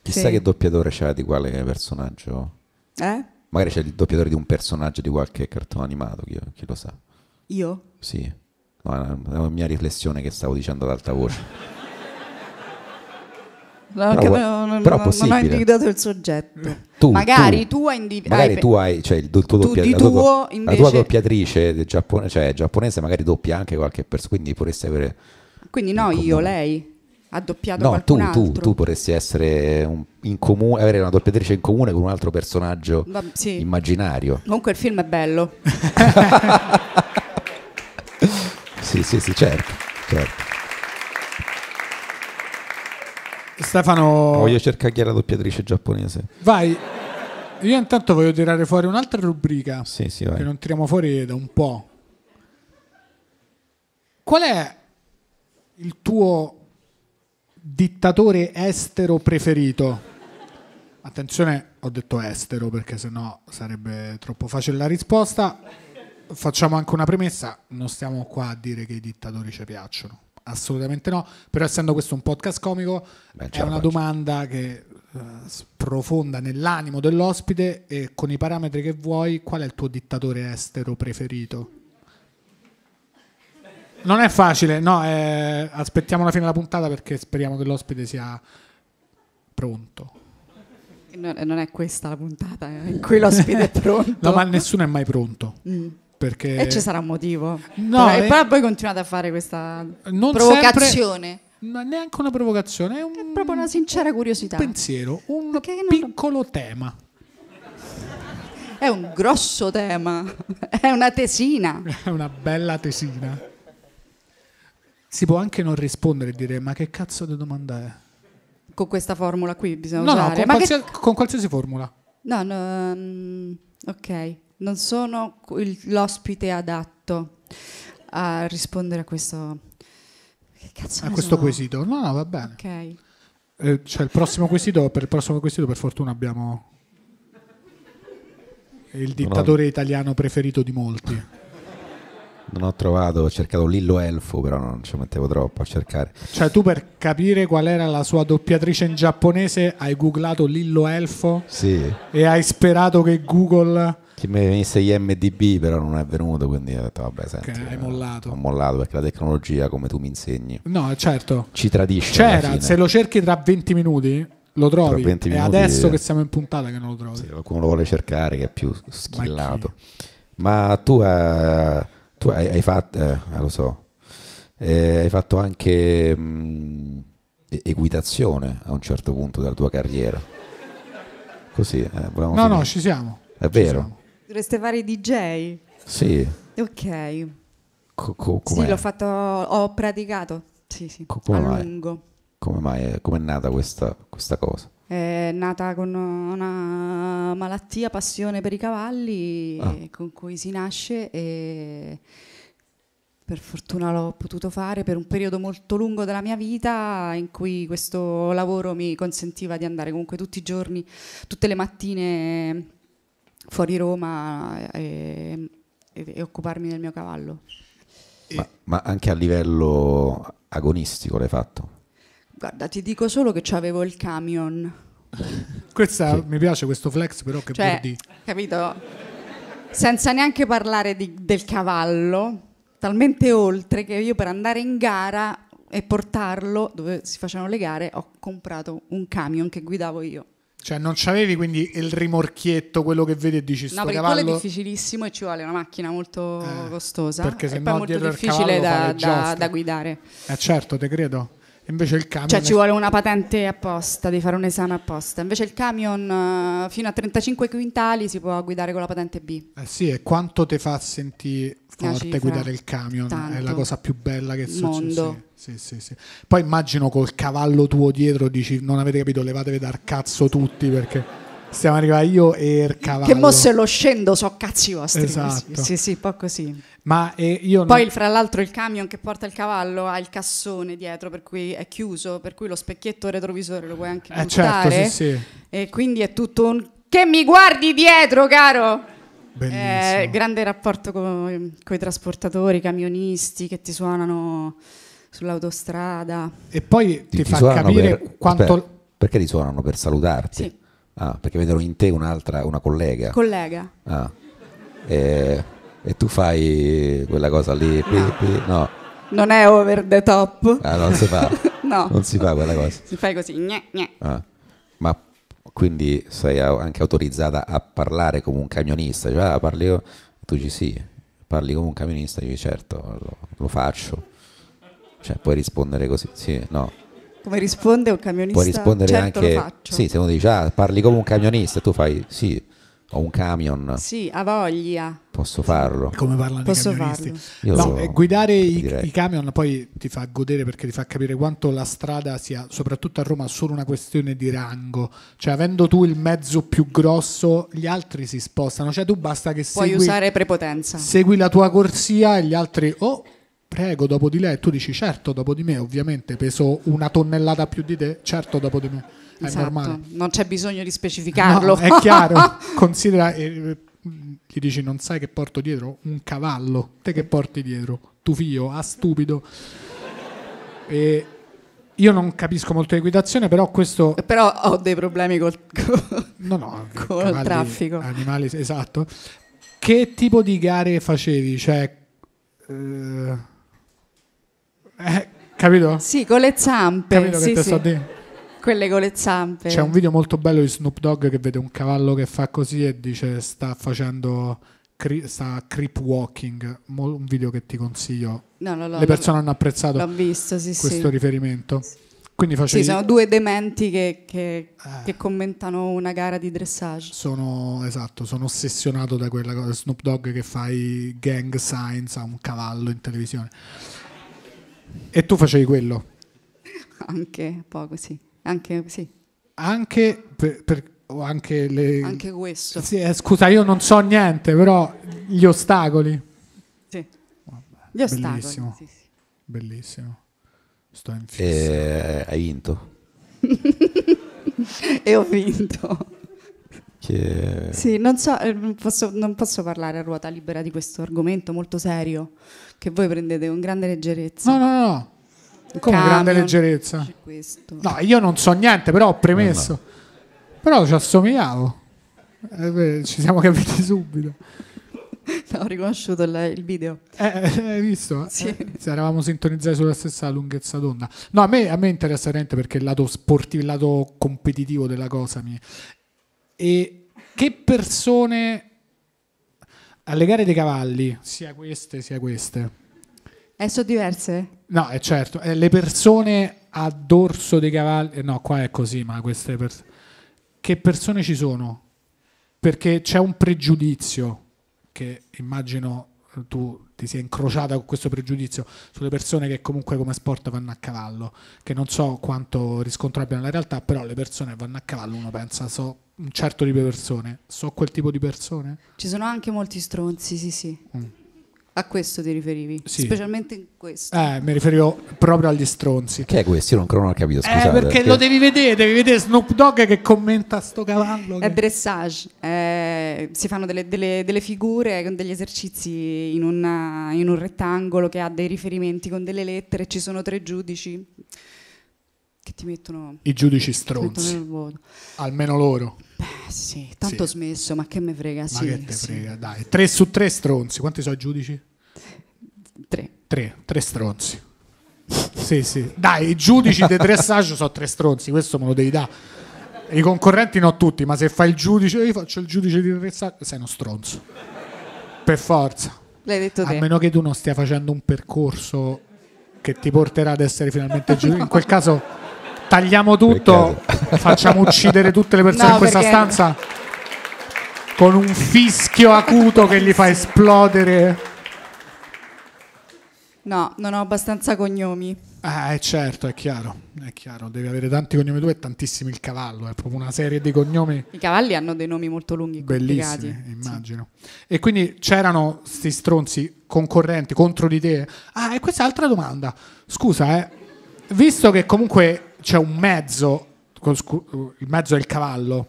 Chissà Sì. che doppiatore c'è di quale personaggio. Eh? Magari c'è il doppiatore di un personaggio di qualche cartone animato, chi, chi lo sa. Io? Sì, no, è una- è una mia riflessione che stavo dicendo ad alta voce. No, Però che gu- non, non- però non ho possibile. Mm. individuato il soggetto. Tu, magari tu, hai indivi- Magari hai pe- tu hai, cioè il tuo tu doppia- di la, tua, tuo, la tua invece- doppiatrice del Giappone, cioè giapponese magari doppia anche qualche persona, quindi potresti avere... Quindi no, in io, comune. lei. Ha doppiato Ecco, No, tu, qualcun tu- altro. tu potresti essere un- in comune, avere una doppiatrice in comune con un altro personaggio Va- sì. immaginario. Comunque il film è bello. [laughs] Sì, sì, sì, certo. certo. Oh. Stefano, Voglio cercare chi è la doppiatrice giapponese. vai. Io intanto voglio tirare fuori un'altra rubrica Sì, sì, che vai. non tiriamo fuori da un po'. Qual è il tuo dittatore estero preferito? Attenzione, ho detto estero perché sennò sarebbe troppo facile la risposta. Facciamo anche una premessa, non stiamo qua a dire che i dittatori ci piacciono, assolutamente no, però essendo questo un podcast comico Beh, ce è la una faccio. domanda che eh, sprofonda nell'animo dell'ospite e con i parametri che vuoi qual è il tuo dittatore estero preferito? Non è facile, no, eh, aspettiamo la fine della puntata perché speriamo che l'ospite sia pronto. Non non è questa la puntata eh, in cui l'ospite è [laughs] pronto. Mm. No, ma nessuno è mai pronto. Perché eh. E ci sarà un motivo. No, Però- eh- e però poi continuate a fare questa Non provocazione. ma neanche una provocazione, è un È proprio una sincera curiosità. pensiero, un Perché non- piccolo tema. [laughs] È un grosso tema, [laughs] è una tesina. È una bella tesina. Si può anche non rispondere e dire ma che cazzo di domanda è? Con questa formula qui bisogna No, no, usare. con, Ma che- qualsiasi, con qualsiasi formula. no, no, mm, ok, non sono il- l'ospite adatto a rispondere a questo... Che cazzo A ne questo so? quesito. No, no, va bene. Ok. Eh, cioè, il prossimo quesito, per il prossimo quesito, per fortuna abbiamo il dittatore italiano preferito di molti. Non ho trovato, ho cercato Lillo Elfo, però non ci mettevo troppo a cercare. Cioè, tu per capire qual era la sua doppiatrice in giapponese, hai googlato Lillo Elfo Sì, e hai sperato che Google. che mi venisse IMDB, però non è venuto, quindi ho detto, vabbè, senti. hai eh, mollato. Ho mollato perché la tecnologia, come tu mi insegni, No, certo. ci tradisce. alla C'era, fine. se lo cerchi tra 20 minuti, lo trovi. Tra 20 e minuti- adesso che siamo in puntata che non lo trovi. Se qualcuno lo vuole cercare, che è più schillato. Ma, tu, eh, tu hai, hai fatto, eh, eh, lo so, eh, hai fatto anche mh, e- equitazione a un certo punto della tua carriera. Così, eh, volevamo No, no, finire. ci siamo. è vero? Dovreste fare i DJ? Sì. Ok. Co- co- Sì, com'è? l'ho fatto, ho praticato. Sì, sì, Co- come a mai? lungo. Come mai? eh, Com'è nata questa, questa cosa? È nata con una malattia, passione per i cavalli eh, con cui si nasce e per fortuna l'ho potuto fare per un periodo molto lungo della mia vita in cui questo lavoro mi consentiva di andare comunque tutti i giorni, tutte le mattine fuori Roma e, e- e occuparmi del mio cavallo. Ma, ma anche a livello agonistico l'hai fatto? Guarda, ti dico solo che avevo il camion. Questa, Mi piace questo flex, però che cioè, vuol dire? capito? Senza neanche parlare di- del cavallo, talmente oltre che io per andare in gara e portarlo dove si facevano le gare, ho comprato un camion che guidavo io. Cioè, non c'avevi quindi il rimorchietto, quello che vedi e dici sto No, perché cavallo. quello è difficilissimo e ci vuole una macchina molto Eh, costosa perché se e no poi molto dietro al difficile cavallo fa da, le da- giostre. da guidare. Eh certo, te credo. Invece il camion Cioè è- ci vuole una patente apposta, devi fare un esame apposta. Invece il camion eh, fino a 35 quintali si può guidare con la patente B. Eh sì, e quanto ti fa sentire forte cifra. guidare il camion? È la Tanto. cosa più bella che Il succede. mondo. Sì, sì, sì. Poi immagino col cavallo tuo dietro dici non avete capito, levatevi dal cazzo tutti perché stiamo arrivando io e il cavallo. Che mo se lo scendo so cazzi vostri. Esatto. Sì, sì, sì, un po' così. Ma eh, io Poi non... fra l'altro il camion che porta il cavallo ha il cassone dietro per cui è chiuso, per cui lo specchietto retrovisore lo puoi anche Eh, certo, buttare. sì, sì. E quindi è tutto un... Che mi guardi dietro, caro! Bellissimo. Eh, grande rapporto con i trasportatori, camionisti che ti suonano sull'autostrada. E poi ti, Ti- ti fa suonano capire per- quanto... aspetta, perché li suonano? Per salutarti? Sì. Ah, perché vedono in te un'altra, una collega. Collega. Ah. E, e tu fai quella cosa lì, qui, qui. no, Non è over the top. Ah, non [laughs] si fa. No. Non si fa quella cosa. Si fai così. gne, gne. Ah. Ma quindi sei au- anche autorizzata a parlare come un camionista? Cioè, ah, parli io- Tu dici sì, parli come un camionista, dici certo, lo, lo faccio. Cioè, puoi rispondere così, sì, no. Come risponde un camionista? Puoi rispondere certo anche... lo faccio. Sì, se uno dice, ah, parli come un camionista, tu fai, sì, ho un camion, Sì, a voglia. posso farlo. come parlano Posso i camionisti. farlo. No, Io eh, guidare i, direi. i camion poi ti fa godere perché ti fa capire quanto la strada sia, soprattutto a Roma, solo una questione di rango. Cioè, avendo tu il mezzo più grosso, gli altri si spostano. Cioè, tu basta che Puoi segui, usare prepotenza. segui la tua corsia e gli altri, oh, prego, dopo di lei. E tu dici, certo, dopo di me, ovviamente, peso una tonnellata più di te, certo, dopo di me. È Esatto. normale. Non c'è bisogno di specificarlo. No, è chiaro, considera, eh, eh, gli dici non sai che porto dietro? Un cavallo, te che porti dietro? Tu figlio, ah stupido. E io non capisco molto di equitazione, però questo... [laughs] Però ho dei problemi col... [laughs] col- No, no, Col cavalli, traffico. Animali, esatto. Che tipo di gare facevi? Cioè... eh, eh, capito? sì, con le zampe. Capito che sì, te sì. sto a dire? Quelle con le zampe. C'è un video molto bello di Snoop Dogg che vede un cavallo che fa così e dice sta facendo cri- sta creep walking. Mo- un video che ti consiglio. No, no, no, Le persone hanno apprezzato L'ho visto, sì, sì. questo riferimento. Quindi Sì, facevi sono due dementi che, che- Ah. che commentano una gara di dressage. sono esatto, sono ossessionato da quella cosa. Snoop Dogg che fa i gang signs a un cavallo in televisione. E tu facevi quello. Anche poco, sì. Anche, sì. Anche per, per- o anche le Anche questo. Sì, eh, scusa, io non so niente, però gli ostacoli. Sì. Gli ostacoli. bellissimo. sì, sì. [laughs] Bellissimo. Sto in fissa. Eh. E hai vinto. E ho vinto. Che... Sì, non so, eh, non posso, non posso parlare a ruota libera di questo argomento molto serio, che voi prendete con grande leggerezza. No, no, no. Come Camion. grande leggerezza. C'è questo. [laughs] No, io non so niente, però ho premesso. Però ci assomigliavo. Eh, beh, ci siamo capiti subito. Ho riconosciuto il, il video. Eh, eh, hai visto? Eh, Sì. se eravamo sintonizzati sulla stessa lunghezza d'onda. No, a me, a me interessa veramente perché il lato sportivo, il lato competitivo della cosa mi... E che persone alle gare dei cavalli, sia queste sia queste, Eh, sono diverse? No, è certo, eh, le persone a dorso dei cavalli, eh, no, qua è così, ma queste persone... Che persone ci sono? Perché c'è un pregiudizio che immagino eh, tu ti sia incrociata con questo pregiudizio sulle persone che comunque come sport vanno a cavallo, che non so quanto riscontro abbiano nella realtà, però le persone che vanno a cavallo uno pensa, so un certo tipo di persone, so quel tipo di persone? Ci sono anche molti stronzi, sì, sì. Mm. A questo ti riferivi? Sì. Specialmente in questo. Eh, mi riferivo proprio agli stronzi. Che è questo? Io non, non ho capito, scusate. Eh, perché, lo devi vedere, devi vedere Snoop Dogg che commenta sto cavallo. È che- dressage, eh, si fanno delle, delle- delle figure con degli esercizi in, una- in un rettangolo che ha dei riferimenti con delle lettere, ci sono tre giudici che ti mettono, I giudici ti mettono stronzi, nel voto. almeno loro. Eh sì, tanto Sì. smesso, ma che me frega, Ma sì, che te sì. frega, dai. 3 su 3 stronzi, quanti sono i giudici? Tre. 3, 3 stronzi. Sì, sì. Dai, i giudici di [laughs] dressage sono tre stronzi, questo me lo devi dare. I concorrenti no tutti, ma se fai il giudice, io faccio il giudice di dressage, sei uno stronzo. Per forza. L'hai detto A te. meno che tu non stia facendo un percorso che ti porterà ad essere finalmente giudice. In quel caso tagliamo tutto, facciamo uccidere tutte le persone No, in questa perché- stanza con un fischio acuto che li fa esplodere. No, non ho abbastanza cognomi. Eh, certo, è chiaro, è chiaro, devi avere tanti cognomi tu e tantissimi il cavallo, è proprio una serie di cognomi I cavalli hanno dei nomi molto lunghi e complicati. bellissimi, immagino. E quindi c'erano sti stronzi concorrenti contro di te. Ah, e questa è altra domanda. Scusa, eh, visto che comunque c'è un mezzo, con scu- il mezzo è il cavallo,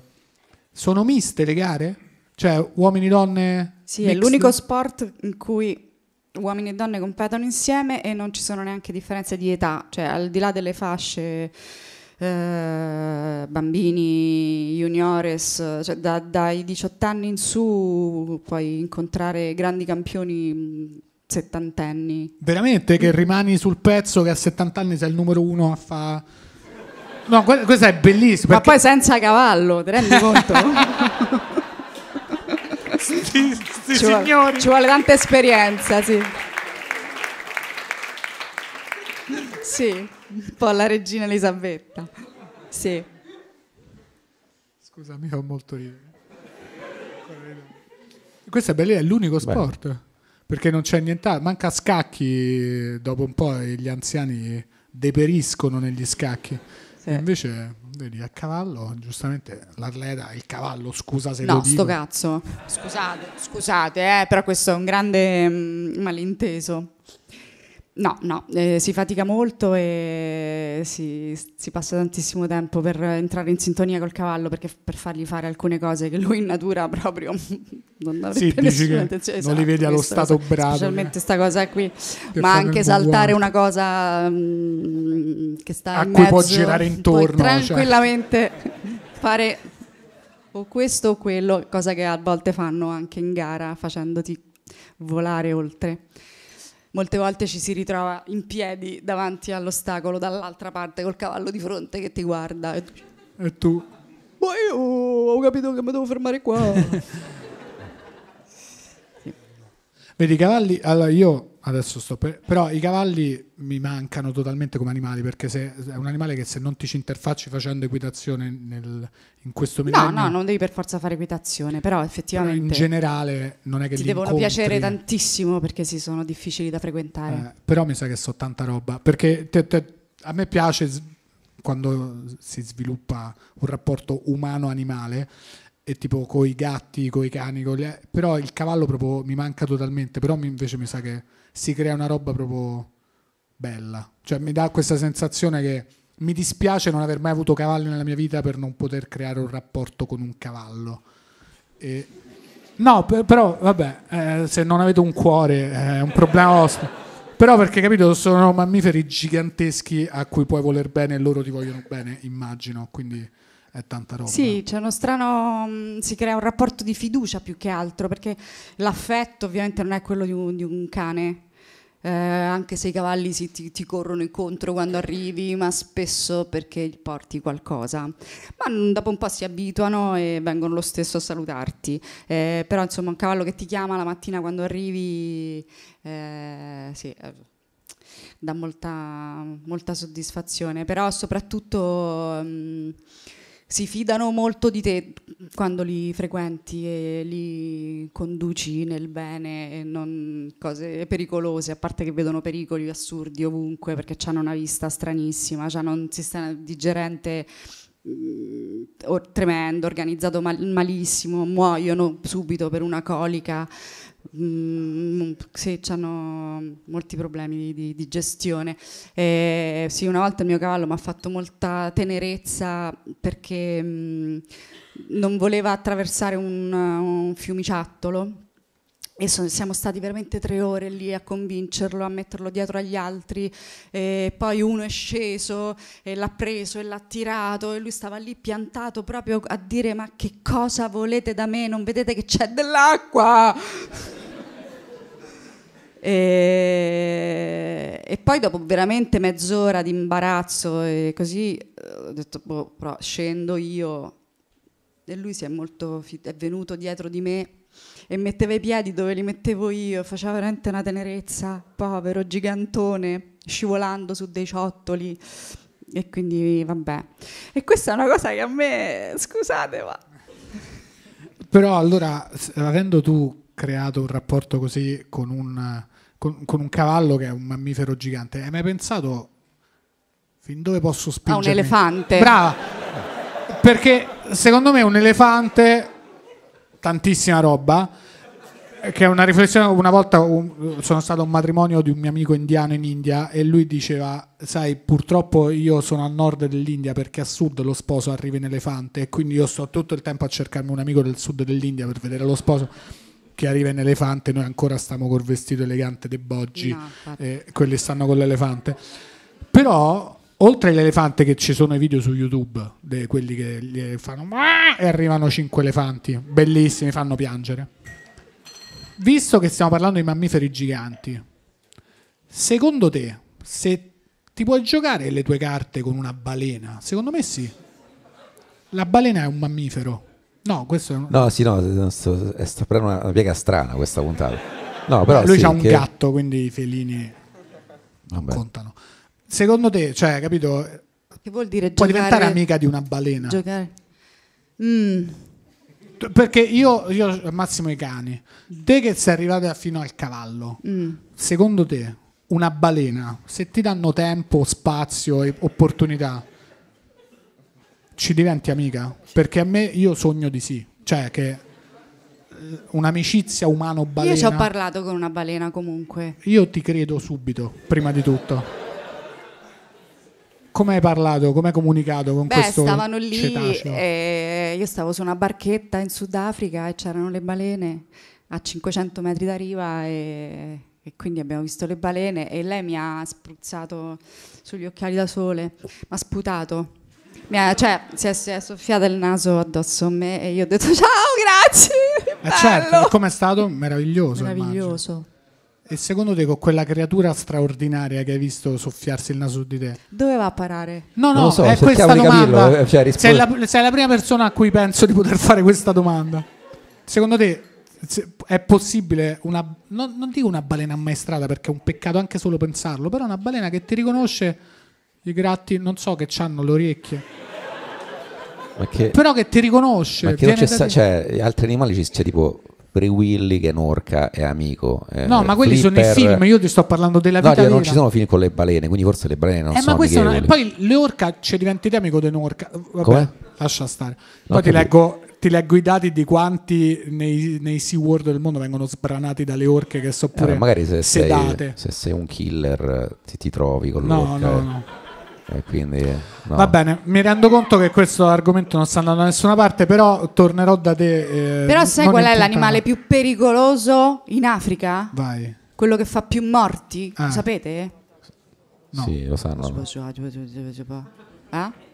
sono miste le gare? Cioè, uomini, donne? Sì, è mixed? l'unico sport in cui uomini e donne competono insieme e non ci sono neanche differenze di età, cioè al di là delle fasce, eh, bambini, juniores, cioè, da- dai 18 anni in su puoi incontrare grandi campioni mh, settantenni. Veramente che rimani sul pezzo che a 70 anni sei il numero uno a fa... No, que- questa è bellissima. Ma perché- poi senza cavallo, ti [laughs] rendi conto? [laughs] Sti- sti ci, vuole, signori. ci vuole tanta esperienza, sì. Sì, un po' la regina Elisabetta. Sì. Scusa, mi fa molto ridere. Questo è bello, è l'unico sport. Perché non c'è nient'altro. Manca scacchi, dopo un po' gli anziani deperiscono negli scacchi. Sì. E invece, vedi, a cavallo, giustamente l'atleta è il cavallo, scusa se lo No, dico. sto cazzo. Scusate, scusate, eh, però questo è un grande mm, malinteso. No, no, eh, si fatica molto e si, si passa tantissimo tempo per entrare in sintonia col cavallo perché f- per fargli fare alcune cose che lui in natura proprio [laughs] non avrebbe Sì, dici nessuna che intenzione. Esatto, non li vedi allo questa stato cosa- brado, Specialmente questa cosa qui, che fanno il ma anche buon saltare guanto. una cosa mm, che sta A in cui può mezzo, girare puoi intorno, cioè. tranquillamente [laughs] fare o questo o quello, cosa che a volte fanno anche in gara facendoti volare oltre. Molte volte ci si ritrova in piedi davanti all'ostacolo dall'altra parte col cavallo di fronte che ti guarda e tu dici, E tu, "Ma io ho capito che mi devo fermare [laughs] qua". Vedi, i cavalli, allora io adesso sto per, però i cavalli mi mancano totalmente come animali perché se, è un animale che se non ti ci interfacci facendo equitazione nel- in questo no, millennio no, non devi per forza fare equitazione, però però in effettivamente generale non è che ti li devono incontri, piacere tantissimo perché si sono difficili da frequentare. eh, però mi sa che so tanta roba perché te- te- a me piace s- quando si sviluppa un rapporto umano-animale e tipo con i gatti, con i cani, con gli- però il cavallo proprio mi manca totalmente, però mi- invece mi sa che si crea una roba proprio bella. Cioè mi dà questa sensazione che mi dispiace non aver mai avuto cavalli nella mia vita per non poter creare un rapporto con un cavallo. E- No, per- però vabbè, eh, se non avete un cuore eh, è un problema vostro. Però perché capito, sono mammiferi giganteschi a cui puoi voler bene e loro ti vogliono bene, immagino, quindi è tanta roba. Sì, c'è uno strano, mh, si crea un rapporto di fiducia più che altro, perché l'affetto ovviamente non è quello di un, di un cane, eh, anche se i cavalli si- ti, ti corrono incontro quando arrivi, ma spesso perché gli porti qualcosa. Ma mm, dopo un po' si abituano e vengono lo stesso a salutarti, Eh, però insomma un cavallo che ti chiama la mattina quando arrivi, eh, sì, eh, dà molta, molta soddisfazione, però soprattutto mh, si fidano molto di te quando li frequenti e li conduci nel bene e non cose pericolose, a parte che vedono pericoli assurdi ovunque perché hanno una vista stranissima, hanno un sistema digerente mh, Eh, or- tremendo, organizzato mal- malissimo, muoiono subito per una colica. Mm, sì, hanno molti problemi di, di- di gestione. Eh, sì, una volta il mio cavallo mi ha fatto molta tenerezza perché mm, non voleva attraversare un, un fiumiciattolo e so- siamo stati veramente tre ore lì a convincerlo, a metterlo dietro agli altri, e poi uno è sceso e l'ha preso e l'ha tirato e lui stava lì piantato proprio a dire ma che cosa volete da me, non vedete che c'è dell'acqua? [laughs] E, e poi dopo veramente mezz'ora di imbarazzo e così eh, ho detto, boh, però scendo io. E lui si è molto fi- è venuto dietro di me e metteva i piedi dove li mettevo io, faceva veramente una tenerezza, povero gigantone, scivolando su dei ciottoli. E quindi vabbè. E questa è una cosa che a me, scusate, ma Però allora, s- avendo tu creato un rapporto così con un, con, con un cavallo che è un mammifero gigante, hai mai pensato fin dove posso ha spingermi? un elefante. Brava! Perché secondo me un elefante, tantissima roba, che è una riflessione, una volta un- sono stato a un matrimonio di un mio amico indiano in India e lui diceva, sai, purtroppo io sono a nord dell'India perché a sud lo sposo arriva in elefante e quindi io sto tutto il tempo a cercarmi un amico del sud dell'India per vedere lo sposo che arriva in elefante, noi ancora stiamo col vestito elegante dei Boggi No, infatti. e quelli stanno con l'elefante. Però, oltre all'elefante che ci sono i video su YouTube, di quelli che gli fanno "Mua!" e arrivano cinque elefanti, bellissimi, fanno piangere. Visto che stiamo parlando di mammiferi giganti, secondo te, se ti puoi giocare le tue carte con una balena? Secondo me sì. La balena è un mammifero. No, questo è un... No, sì, no, sto- eh, sta prendendo una, una piega strana questa puntata. No, però Lui sì, ha un che- gatto, quindi i felini Vabbè. contano. Secondo te, cioè, capito? Che vuol dire Puoi giocare- diventare amica di una balena. Giocare. Mm, T- Perché io, io massimo i cani. Te che sei arrivata fino al cavallo, mm. secondo te una balena, se ti danno tempo, spazio e opportunità, ci diventi amica? Perché a me io sogno di sì. Cioè che eh, un'amicizia umano-balena... Io ci ho parlato con una balena comunque. Io ti credo subito, prima di tutto. Come hai parlato, come hai comunicato con Beh, questo stavano lì, cetaceo? eh, io stavo su una barchetta in Sudafrica e c'erano le balene a 500 metri da riva e, e quindi abbiamo visto le balene e lei mi ha spruzzato sugli occhiali da sole, mi ha sputato, Mi ha- cioè si è, si è soffiata il naso addosso a me e io ho detto ciao, grazie, [laughs] Eh, certo, bello!" e com'è stato? Meraviglioso, immagino. meraviglioso. E secondo te con quella creatura straordinaria che hai visto soffiarsi il naso su di te? Dove va a parare? No, Non no, lo so, è questa cerchiamo di capirlo, domanda. eh, cioè, rispo- sei, la, sei la prima persona a cui penso di poter [laughs] fare questa domanda. Secondo te se- è possibile una... Non, non dico una balena ammaestrata perché è un peccato anche solo pensarlo, però una balena che ti riconosce i gratti, non so che hanno le orecchie, Ma che, però che ti riconosce. ma che non viene da c'è sta- te. cioè, altri animali ci- c'è tipo Free Willy che è un'orca è amico. eh, no, ma quelli sono i Flipper- film, io ti sto parlando della No, vita dico, non vera. ci sono film con le balene, quindi forse le balene non Eh, ma sono questa è una... e amichevoli. poi le orca ci diventi te amico di un'orca. Vabbè, Come? lascia stare. No, Poi ti capito. leggo, ti leggo i dati di quanti nei, nei Sea World del mondo vengono sbranati dalle orche che so Eh, vabbè, pure magari se sei, sedate. se sei un killer eh, ti, ti trovi con No, l'orca no, eh, no. e quindi eh, no. Va bene, mi rendo conto che questo argomento non sta andando da nessuna parte, però tornerò da te. eh, Però sai non qual in è puntata. l'animale più pericoloso in Africa? Vai. Quello che fa più morti, Ah. lo sapete? no. Sì, lo sanno. no? ah, Eh?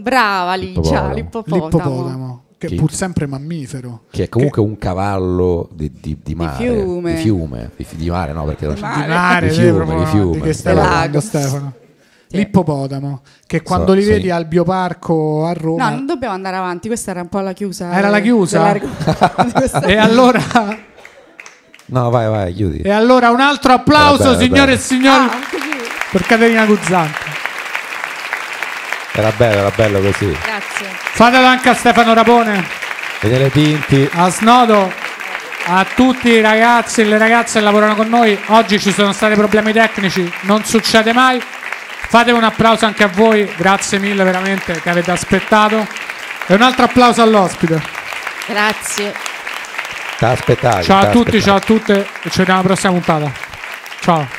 Brava Ligia, Ippopotamo. l'ippopotamo. L'ippopotamo, che è Chi? pur sempre mammifero. Che è comunque un cavallo di, di- di mare, fiume. di, fiume, di fi- di mare, no, perché non c'è- di mare, Di sì, fiume, proprio, di fiume. che stai Del parlando, lago. Stefano. Sì. L'ippopotamo, che quando li sì. vedi al bioparco a No, Roma... non dobbiamo andare avanti, questa era un po' la chiusa. Era la eh, chiusa? dell'argomento [laughs] di [laughs] questa- E allora, No, vai, vai, chiudi. e allora un altro applauso, Vabbè, vabbè. signore e signori, Ah, anche qui. per Caterina Guzzanti. Era bello, era bello così. Grazie. Fatelo anche a Stefano Rapone, Daniele Pinti, a Snodo, a tutti i ragazzi e le ragazze che lavorano con noi. Oggi ci sono stati problemi tecnici, non succede mai. Fate un applauso anche a voi, grazie mille veramente che avete aspettato. E un altro applauso all'ospite. Grazie. t'aspettavi, Ciao a tutti, t'aspettavi. ciao a tutte, e ci vediamo alla prossima puntata. Ciao.